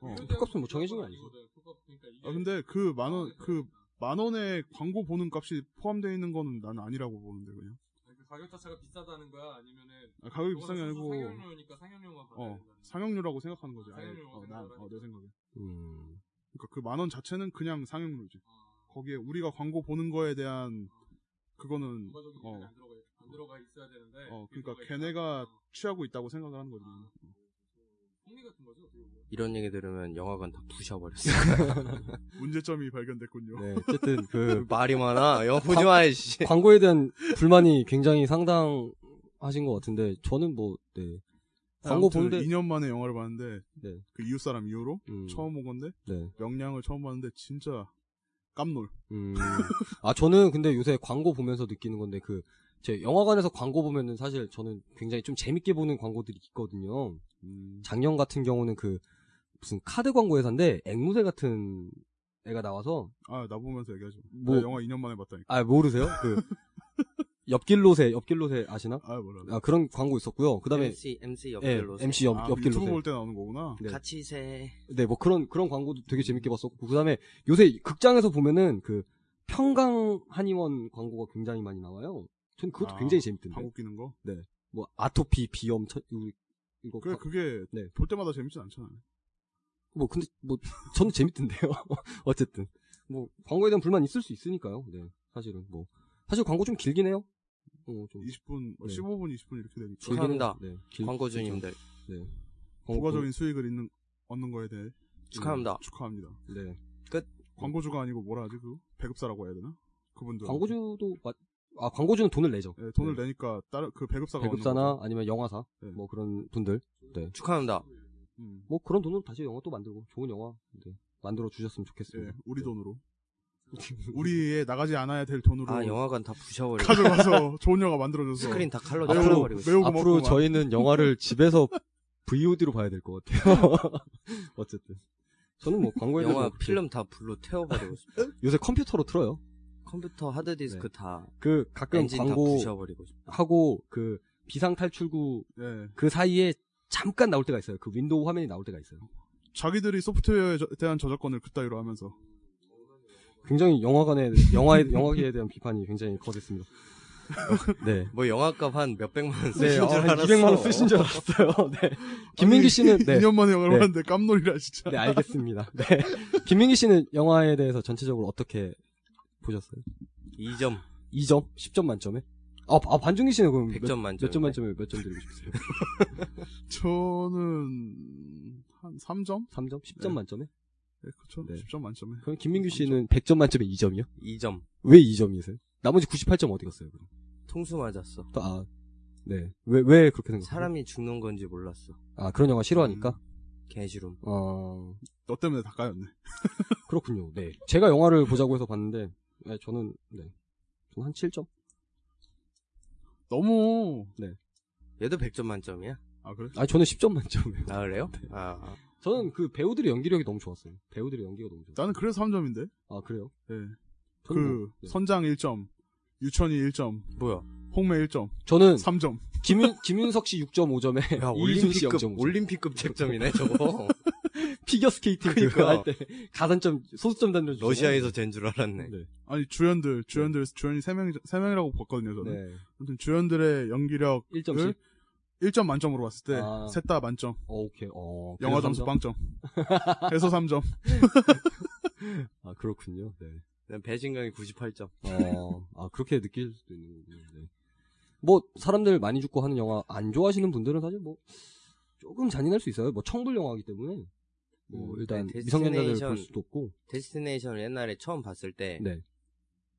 Speaker 3: 어.
Speaker 1: 값은 뭐 정해진 게 아니죠.
Speaker 4: 그러니까
Speaker 3: 아 근데 그 만 원 그 만 원에 광고 보는 값이 포함되어 있는 거는 난 아니라고 보는데 그냥.
Speaker 4: 가격 자체가 비싸다는 거야? 아니면은
Speaker 3: 아, 가격이 비싼 게 아니고
Speaker 4: 상용료니까 상용료만 받아야
Speaker 3: 어,
Speaker 4: 된다.
Speaker 3: 상용료라고 생각하는 거지. 아예.
Speaker 4: 상용료라고
Speaker 3: 어, 난,
Speaker 4: 생각을
Speaker 3: 어, 내
Speaker 4: 하니까.
Speaker 3: 생각에.
Speaker 1: 음.
Speaker 3: 그러니까 그 만 원 자체는 그냥 상용료지. 거기에 우리가 광고 보는 거에 대한 그거는
Speaker 4: 부가적인
Speaker 3: 어,
Speaker 4: 안 들어가 안
Speaker 3: 그거.
Speaker 4: 들어가 있어야 되는데.
Speaker 3: 어,
Speaker 4: 그게
Speaker 3: 그러니까
Speaker 4: 들어가
Speaker 3: 걔네가
Speaker 4: 있다.
Speaker 3: 취하고 있다고 생각을 하는 거지.
Speaker 4: 아, 폭리 같은 거죠? 어떻게 보면.
Speaker 2: 이런 얘기 들으면 영화관 다 부셔버렸어.
Speaker 3: 문제점이 발견됐군요.
Speaker 1: 네, 어쨌든 그
Speaker 2: 말이 많아. 영화 보지 마, 이씨.
Speaker 1: 광고에 대한 불만이 굉장히 상당하신 것 같은데 저는 뭐 네. 광고
Speaker 3: 아무튼
Speaker 1: 보는데
Speaker 3: 2년 만에 영화를 봤는데
Speaker 1: 네.
Speaker 3: 그 이웃 사람 이후로
Speaker 1: 음,
Speaker 3: 처음 본 건데
Speaker 1: 네.
Speaker 3: 명량을 처음 봤는데 진짜 깜놀.
Speaker 1: 음. 아, 저는 근데 요새 광고 보면서 느끼는 건데, 그, 제 영화관에서 광고 보면은 사실 저는 굉장히 좀 재밌게 보는 광고들이 있거든요. 작년 같은 경우는 그, 무슨 카드 광고 회사인데, 앵무새 같은 애가 나와서,
Speaker 3: 아 나 보면서 얘기하지.
Speaker 1: 뭐-
Speaker 3: 뭐 영화 2년 만에 봤다니까.
Speaker 1: 아, 모르세요? 그, 옆길로새, 옆길로새 아시나?
Speaker 3: 아 몰라.
Speaker 1: 아, 그런 광고 있었고요. 그
Speaker 3: 네.
Speaker 1: 다음에,
Speaker 2: MC, MC
Speaker 1: 예,
Speaker 2: 옆길로.
Speaker 1: MC 옆,
Speaker 3: 아,
Speaker 1: 옆길로새.
Speaker 3: 유튜브 볼 때 나오는 거구나.
Speaker 1: 네.
Speaker 2: 같이 세.
Speaker 1: 네, 뭐 그런 그런 광고도 되게 재밌게 봤었고 그다음에 요새 극장에서 보면은 그 평강 한의원 광고가 굉장히 많이 나와요. 전 그것도
Speaker 3: 아,
Speaker 1: 굉장히 재밌던데.
Speaker 3: 방귀 끼는 거.
Speaker 1: 뭐 아토피, 비염, 첫- 이- 이거
Speaker 3: 그래
Speaker 1: 바-
Speaker 3: 그게
Speaker 1: 네.
Speaker 3: 볼 때마다 재밌진 않잖아.
Speaker 1: 뭐 근데 뭐 저는 재밌던데요. 어쨌든 뭐 광고에 대한 불만 있을 수 있으니까요. 네, 사실은 뭐 사실 광고 좀 길긴 해요. 어, 좀
Speaker 3: 20분,
Speaker 1: 네.
Speaker 3: 15분, 20분 이렇게 되니까
Speaker 1: 길긴
Speaker 2: 축하합니다.
Speaker 1: 해요. 네, 길-
Speaker 2: 광고주님들.
Speaker 1: 네, 광고-
Speaker 3: 부가적인 수익을 있는 얻는 거에 대해 예,
Speaker 2: 축하합니다.
Speaker 3: 축하합니다.
Speaker 1: 네,
Speaker 3: 광고주가 아니고 뭐라 하지 그 배급사라고 해야 되나? 그분들
Speaker 1: 광고주도 마- 아 광고주는 돈을 내죠.
Speaker 3: 예, 돈을 내니까 다른 그 배급사가 얻는
Speaker 1: 배급사나
Speaker 3: 거죠.
Speaker 1: 아니면 영화사
Speaker 3: 네.
Speaker 1: 뭐 그런 분들. 네.
Speaker 2: 축하합니다. 아,
Speaker 3: 음,
Speaker 1: 뭐 그런 돈으로 다시 영화 또 만들고 좋은 영화 네, 만들어 주셨으면
Speaker 3: 예,
Speaker 1: 좋겠습니다.
Speaker 3: 우리 돈으로
Speaker 2: 예.
Speaker 3: 우리의 나가지 않아야 될 돈으로
Speaker 2: 아, 영화관 다 부셔버리고.
Speaker 3: 가져가서 좋은 영화 만들어줘서
Speaker 2: 스크린 다 칼로
Speaker 1: 앞으로-
Speaker 2: 잘라버리고. 있어.
Speaker 3: 매우
Speaker 1: 앞으로
Speaker 3: 고맙고
Speaker 1: 저희는 영화를 집에서 VOD로 봐야 될 것 같아요. 어쨌든 저는 뭐 광고에 대해서
Speaker 2: 영화
Speaker 1: 그렇게-
Speaker 2: 필름 다 불로 태워버리고. 싶어.
Speaker 1: 요새 컴퓨터로 틀어요.
Speaker 2: 컴퓨터 하드디스크 다.
Speaker 1: 그 가끔
Speaker 2: 엔진 다
Speaker 1: 광고
Speaker 2: 부셔버리고. 싶어.
Speaker 1: 하고 그 비상 탈출구
Speaker 3: 예,
Speaker 1: 그 사이에 잠깐 나올 때가 있어요. 그 윈도우 화면이 나올 때가 있어요.
Speaker 3: 자기들이 소프트웨어에 저- 대한 저작권을 그따위로 하면서
Speaker 1: 굉장히 영화관에 영화에 영화계에 대한 비판이 굉장히 거셌습니다. 네.
Speaker 2: 뭐 영화값 한 몇백만 원
Speaker 1: 네,
Speaker 2: 쓰신 줄
Speaker 1: 아, 한
Speaker 2: 알았어. 아,
Speaker 1: 200만 원 쓰신 줄 알았어요. 네. 김민기 씨는 네.
Speaker 3: 2년 만에 영화를
Speaker 1: 네.
Speaker 3: 봤는데 깜놀이라 진짜
Speaker 1: 네, 알겠습니다. 네. 김민기 씨는 영화에 대해서 전체적으로 어떻게 보셨어요?
Speaker 2: 2점.
Speaker 1: 2점? 10점 만점에? 아, 아 반중기 씨는 그럼
Speaker 2: 100점
Speaker 1: 몇,
Speaker 2: 만점.
Speaker 1: 몇점 만점에 몇 점 드리고 싶으세요?
Speaker 3: 저는 한 3점?
Speaker 1: 3점? 10점
Speaker 3: 네.
Speaker 1: 만점에?
Speaker 3: 예, 그쵸?
Speaker 1: 네.
Speaker 3: 10점 만점에
Speaker 1: 그럼 김민규 씨는 100점 만점에 2점이요?
Speaker 2: 2점.
Speaker 1: 왜 2점이세요? 나머지 98점 어디 갔어요? 그럼?
Speaker 2: 통수 맞았어.
Speaker 1: 또, 아, 네. 왜, 왜 그렇게 생각해요?
Speaker 2: 사람이 죽는 건지 몰랐어.
Speaker 1: 아, 그런 영화 싫어하니까?
Speaker 2: 개지름. 음.
Speaker 1: 어,
Speaker 3: 너 때문에 다 까였네
Speaker 1: 그렇군요. 네. 제가 영화를 보자고 해서 봤는데, 네, 저는, 네. 저는 한 7점?
Speaker 3: 너무
Speaker 2: 얘도 100점 만점이야?
Speaker 3: 아 그래?
Speaker 1: 아, 저는 10점 만점에.
Speaker 2: 아, 그래요? 아,
Speaker 1: 저는 그 배우들의 연기력이 너무 좋았어요. 배우들의 연기가 너무 좋았어요.
Speaker 3: 나는 그래서 3점인데
Speaker 1: 아, 그래요?
Speaker 3: 예.
Speaker 1: 저는 뭐,
Speaker 3: 그
Speaker 1: 네.
Speaker 3: 선장 1점 유천이 1점
Speaker 2: 뭐야.
Speaker 3: 홍매 1점
Speaker 1: 저는
Speaker 3: 3점
Speaker 1: 김윤, 김윤석 씨 6.5점에
Speaker 2: 야,
Speaker 1: 이진우 씨
Speaker 2: 올림픽급,
Speaker 1: 0.5점.
Speaker 2: 올림픽급 쟁점이네, 저거.
Speaker 1: 피겨 스케이팅
Speaker 2: 그러니까.
Speaker 1: 그거 할때 가산점 소수점 단위로 주잖아요.
Speaker 2: 러시아에서 잰 줄 알았네.
Speaker 1: 네.
Speaker 3: 아니 주연들 주연들 주연이 3명 3명이라고 봤거든요 저는
Speaker 1: 네.
Speaker 3: 아무튼 주연들의 연기력
Speaker 1: 1점씩.
Speaker 2: 그
Speaker 3: 1점 만점으로 봤을 때
Speaker 1: 아.
Speaker 3: 셋 다 만점
Speaker 1: 어, 오케이. 어. 그래서
Speaker 3: 영화 점수
Speaker 1: 삼점?
Speaker 3: 빵점 해서 3점
Speaker 1: 아, 그렇군요. 네.
Speaker 2: 난 배신감이 98점.
Speaker 1: 어. 아, 그렇게 느낄 수도 있는 거군요. 네. 뭐 사람들 많이 죽고 하는 영화 안 좋아하시는 분들은 사실 뭐 조금 잔인할 수 있어요. 뭐 청불 영화이기 때문에 뭐
Speaker 2: 음,
Speaker 1: 일단
Speaker 2: 네,
Speaker 1: 미성년자들
Speaker 2: 데스티네이션.
Speaker 1: 볼 수도 없고.
Speaker 2: 데스티네이션 옛날에 처음 봤을 때,
Speaker 1: 네.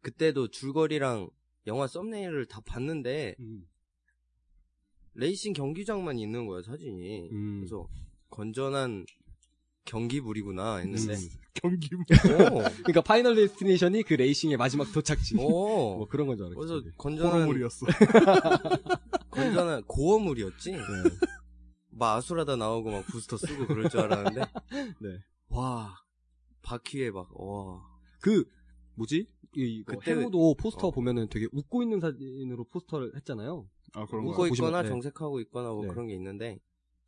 Speaker 2: 그때도 줄거리랑 영화 썸네일을 다 봤는데,
Speaker 1: 음.
Speaker 2: 레이싱 경기장만 있는 거야, 사진이.
Speaker 1: 음.
Speaker 2: 그래서, 건전한 경기물이구나 했는데,
Speaker 3: 경기
Speaker 1: 그러니까 파이널 데스티네이션이 그 레이싱의 마지막 도착지.
Speaker 2: 오,
Speaker 1: 뭐
Speaker 2: 오.
Speaker 1: 그런 건 줄 알았어요.
Speaker 2: 그래서 건전한,
Speaker 3: 호러물이었어
Speaker 2: 건전한
Speaker 1: 네.
Speaker 2: 고어물이었지? 막 아수라다 나오고 막 부스터 쓰고 그럴 줄 알았는데,
Speaker 1: 네.
Speaker 2: 와, 바퀴에 막, 어, 와.
Speaker 1: 그 뭐지? 이
Speaker 2: 그때-
Speaker 1: 해무도 포스터
Speaker 2: 어.
Speaker 1: 보면은 되게 웃고 있는 사진으로 포스터를 했잖아요.
Speaker 3: 아 그런
Speaker 2: 웃고
Speaker 3: 거야
Speaker 1: 보시면-
Speaker 2: 있거나
Speaker 1: 네.
Speaker 2: 정색하고 있거나 뭐
Speaker 1: 네.
Speaker 2: 그런 게 있는데,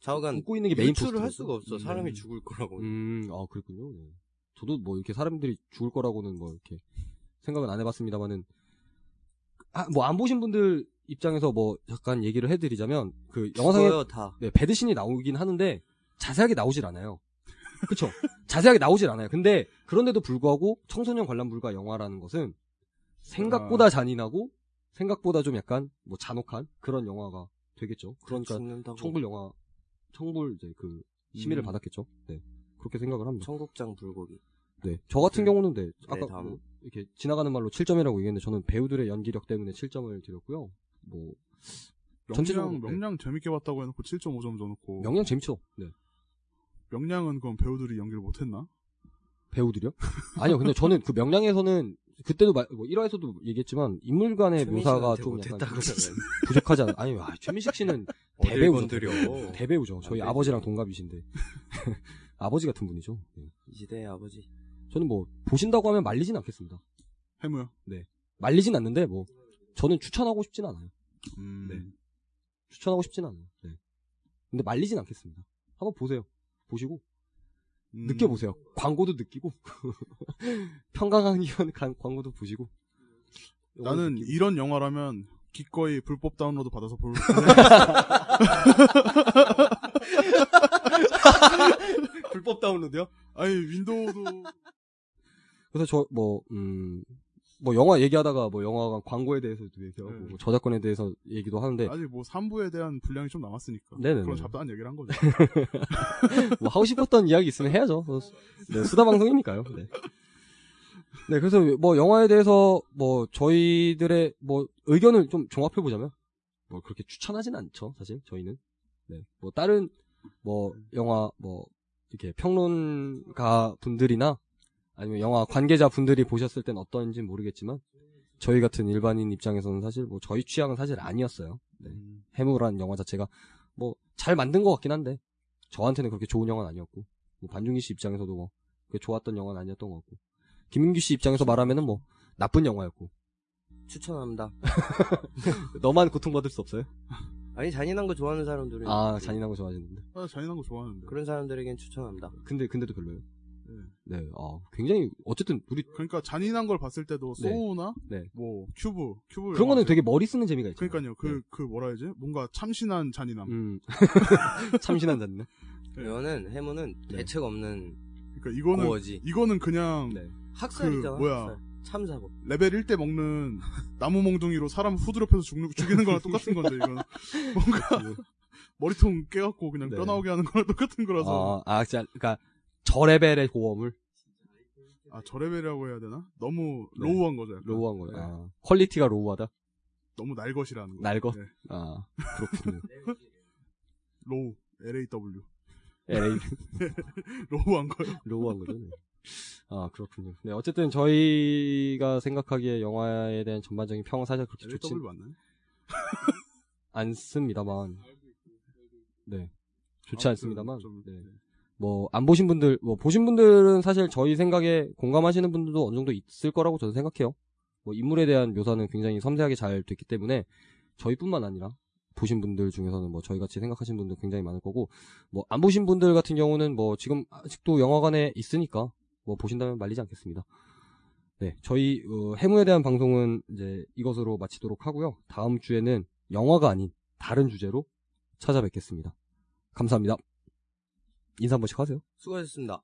Speaker 2: 좌우간
Speaker 1: 웃고 있는 게 메인 포스터.
Speaker 2: 유출을 할 수가 없어. 사람이
Speaker 1: 음.
Speaker 2: 죽을 거라고.
Speaker 1: 음, 아 그랬군요. 네. 저도 뭐 이렇게 사람들이 죽을 거라고는 뭐 이렇게 생각은 안 해봤습니다만은 아, 뭐 안 보신 분들 입장에서 뭐 잠깐 얘기를 해드리자면 그 영화상에
Speaker 2: 죽어요, 다.
Speaker 1: 네, 배드신이 나오긴 하는데 자세하게 나오질 않아요. 그쵸? 자세하게 나오질 않아요. 근데
Speaker 2: 아.
Speaker 1: 그런데도 불구하고 청소년 관람 불가 영화라는 것은 생각보다 잔인하고 생각보다 좀 약간 뭐 잔혹한 그런 영화가 되겠죠. 그러니까
Speaker 2: 죽는다고.
Speaker 1: 청불 영화 청불 이제 그 심의를
Speaker 2: 음.
Speaker 1: 받았겠죠. 네 그렇게 생각을 합니다.
Speaker 2: 청국장 불고기.
Speaker 1: 네. 저 같은
Speaker 2: 네.
Speaker 1: 경우는 네. 아까
Speaker 2: 다음은.
Speaker 1: 뭐 이렇게 지나가는 말로 7점이라고 얘기했는데 저는 배우들의 연기력 때문에 7점을 드렸고요. 뭐 전체적으로, 네.
Speaker 3: 명량 명량 재밌게 봤다고 해놓고 7.5점 줘놓고
Speaker 1: 명량 재밌죠. 네.
Speaker 3: 명량은 그럼 배우들이 연기를 못했나?
Speaker 1: 배우들이요? 아니요. 근데 저는 그 명량에서는 그때도 말, 뭐 1화에서도 얘기했지만 인물 간의 네, 묘사가 좀 약간
Speaker 2: 못했다고 뭐 그러잖아요.
Speaker 1: 부족하지 않아요. 아니, 아, 최민식 씨는
Speaker 2: 어딜 네.
Speaker 1: 대배우죠.
Speaker 2: 건드려.
Speaker 1: 대배우죠. 저희
Speaker 2: 안 돼.
Speaker 1: 아버지랑 동갑이신데 아버지 같은 분이죠. 네.
Speaker 2: 이 시대의 아버지.
Speaker 1: 저는 뭐 보신다고 하면 말리진 않겠습니다.
Speaker 3: 해무요.
Speaker 1: 말리진 않는데 뭐 저는 추천하고 싶진 않아요.
Speaker 3: 음.
Speaker 1: 네. 추천하고 싶진 않아요. 네. 근데 말리진 않겠습니다. 한번 보세요. 보시고
Speaker 3: 음,
Speaker 1: 느껴보세요. 광고도 느끼고 평강한 기원 간- 광고도 보시고
Speaker 3: 나는
Speaker 1: 느끼고.
Speaker 3: 이런 영화라면 기꺼이 불법 다운로드 받아서 볼.
Speaker 1: 불법 다운로드요?
Speaker 3: 아니 윈도우도
Speaker 1: 그래서 저 뭐 음. 뭐 영화 얘기하다가 뭐 영화관 광고에 대해서도 얘기하고
Speaker 3: 네.
Speaker 1: 뭐 저작권에 대해서 얘기도 하는데
Speaker 3: 아직 뭐 3부에 대한 분량이 좀 남았으니까
Speaker 1: 네. 네네네.
Speaker 3: 그런 잡다한 얘기를 한 거죠.
Speaker 1: 뭐 하고 싶었던 이야기 있으면 해야죠. 어, 네, 수다 방송이니까요. 네. 네, 그래서 뭐 영화에 대해서 뭐 저희들의 뭐 의견을 좀 종합해 보자면 뭐 그렇게 추천하진 않죠, 사실 저희는. 네, 뭐 다른 뭐 영화 뭐 이렇게 평론가 분들이나 아니면 영화 관계자 분들이 보셨을 땐 어떤지 모르겠지만 저희 같은 일반인 입장에서는 사실 뭐 저희 취향은 사실 아니었어요. 네.
Speaker 3: 음.
Speaker 1: 해무라는 영화 자체가 뭐 잘 만든 것 같긴 한데 저한테는 그렇게 좋은 영화는 아니었고 뭐 반중기 씨 입장에서도 뭐 그렇게 좋았던 영화는 아니었던 것 같고 김민규 씨 입장에서 말하면은 뭐 나쁜 영화였고
Speaker 2: 추천합니다.
Speaker 1: 너만 고통받을 수 없어요?
Speaker 2: 아니 잔인한 거 좋아하는 사람들은
Speaker 1: 아 잔인한 거 좋아하시는데
Speaker 3: 아, 잔인한 거 좋아하는데.
Speaker 2: 그런 사람들에겐 추천합니다.
Speaker 1: 근데 근데도 별로예요. 네, 어 굉장히 어쨌든 우리
Speaker 3: 그러니까 잔인한 걸 봤을 때도
Speaker 1: 네.
Speaker 3: 소우나
Speaker 1: 네.
Speaker 3: 뭐 큐브 큐브
Speaker 1: 그런 거는
Speaker 3: 영화죠.
Speaker 1: 되게 머리 쓰는 재미가 있죠.
Speaker 3: 그러니까요 그 그 뭐라 해야지 뭔가 참신한 잔인함
Speaker 1: 음 참신한 잔네.
Speaker 3: 네.
Speaker 2: 이거는 해무는
Speaker 1: 네.
Speaker 2: 대책 없는
Speaker 3: 그러니까 이거는
Speaker 2: 고어지.
Speaker 3: 이거는 그냥
Speaker 1: 네.
Speaker 2: 학살이잖아.
Speaker 3: 그 뭐야.
Speaker 2: 학살. 참사고.
Speaker 3: 레벨 1때 먹는 나무 몽둥이로 사람 후드럽혀서 죽는 죽이는 거랑 똑같은 건데 이건 뭔가 머리통 깨갖고 그냥
Speaker 1: 네.
Speaker 3: 뼈 나오게 하는 거랑 똑같은 거라서
Speaker 1: 아, 아 진짜 그러니까 저 레벨의 고어물
Speaker 3: 아, 저 레벨이라고 해야 되나 너무
Speaker 1: 네.
Speaker 3: 로우한 거죠 약간.
Speaker 1: 로우한 거예요.
Speaker 3: 네.
Speaker 1: 아, 퀄리티가 로우하다.
Speaker 3: 너무 날것이라는 거
Speaker 1: 날것?
Speaker 3: 네.
Speaker 1: 아 그렇군요.
Speaker 3: 로우 LAW
Speaker 1: LA
Speaker 3: 로우한 거예요
Speaker 1: 로우한 거죠. 네. 아 그렇군요. 네 어쨌든 저희가 생각하기에 영화에 대한 전반적인 평은 사실 그렇게 좋지
Speaker 3: LAW 맞나요?
Speaker 1: 않습니다만, 네 좋지
Speaker 3: 아무튼
Speaker 1: 않습니다만,
Speaker 3: 좀- 네.
Speaker 1: 뭐 안 보신 분들, 뭐 보신 분들은 사실 저희 생각에 공감하시는 분들도 어느 정도 있을 거라고 저는 생각해요. 뭐 인물에 대한 묘사는 굉장히 섬세하게 잘 됐기 때문에 저희뿐만 아니라 보신 분들 중에서는 뭐 저희 같이 생각하시는 분들 굉장히 많을 거고 뭐 안 보신 분들 같은 경우는 뭐 지금 아직도 영화관에 있으니까 뭐 보신다면 말리지 않겠습니다. 네, 저희 어, 해무에 대한 방송은 이제 이것으로 마치도록 하고요. 다음 주에는 영화가 아닌 다른 주제로 찾아뵙겠습니다. 감사합니다. 인사 한 번씩 하세요.
Speaker 2: 수고하셨습니다.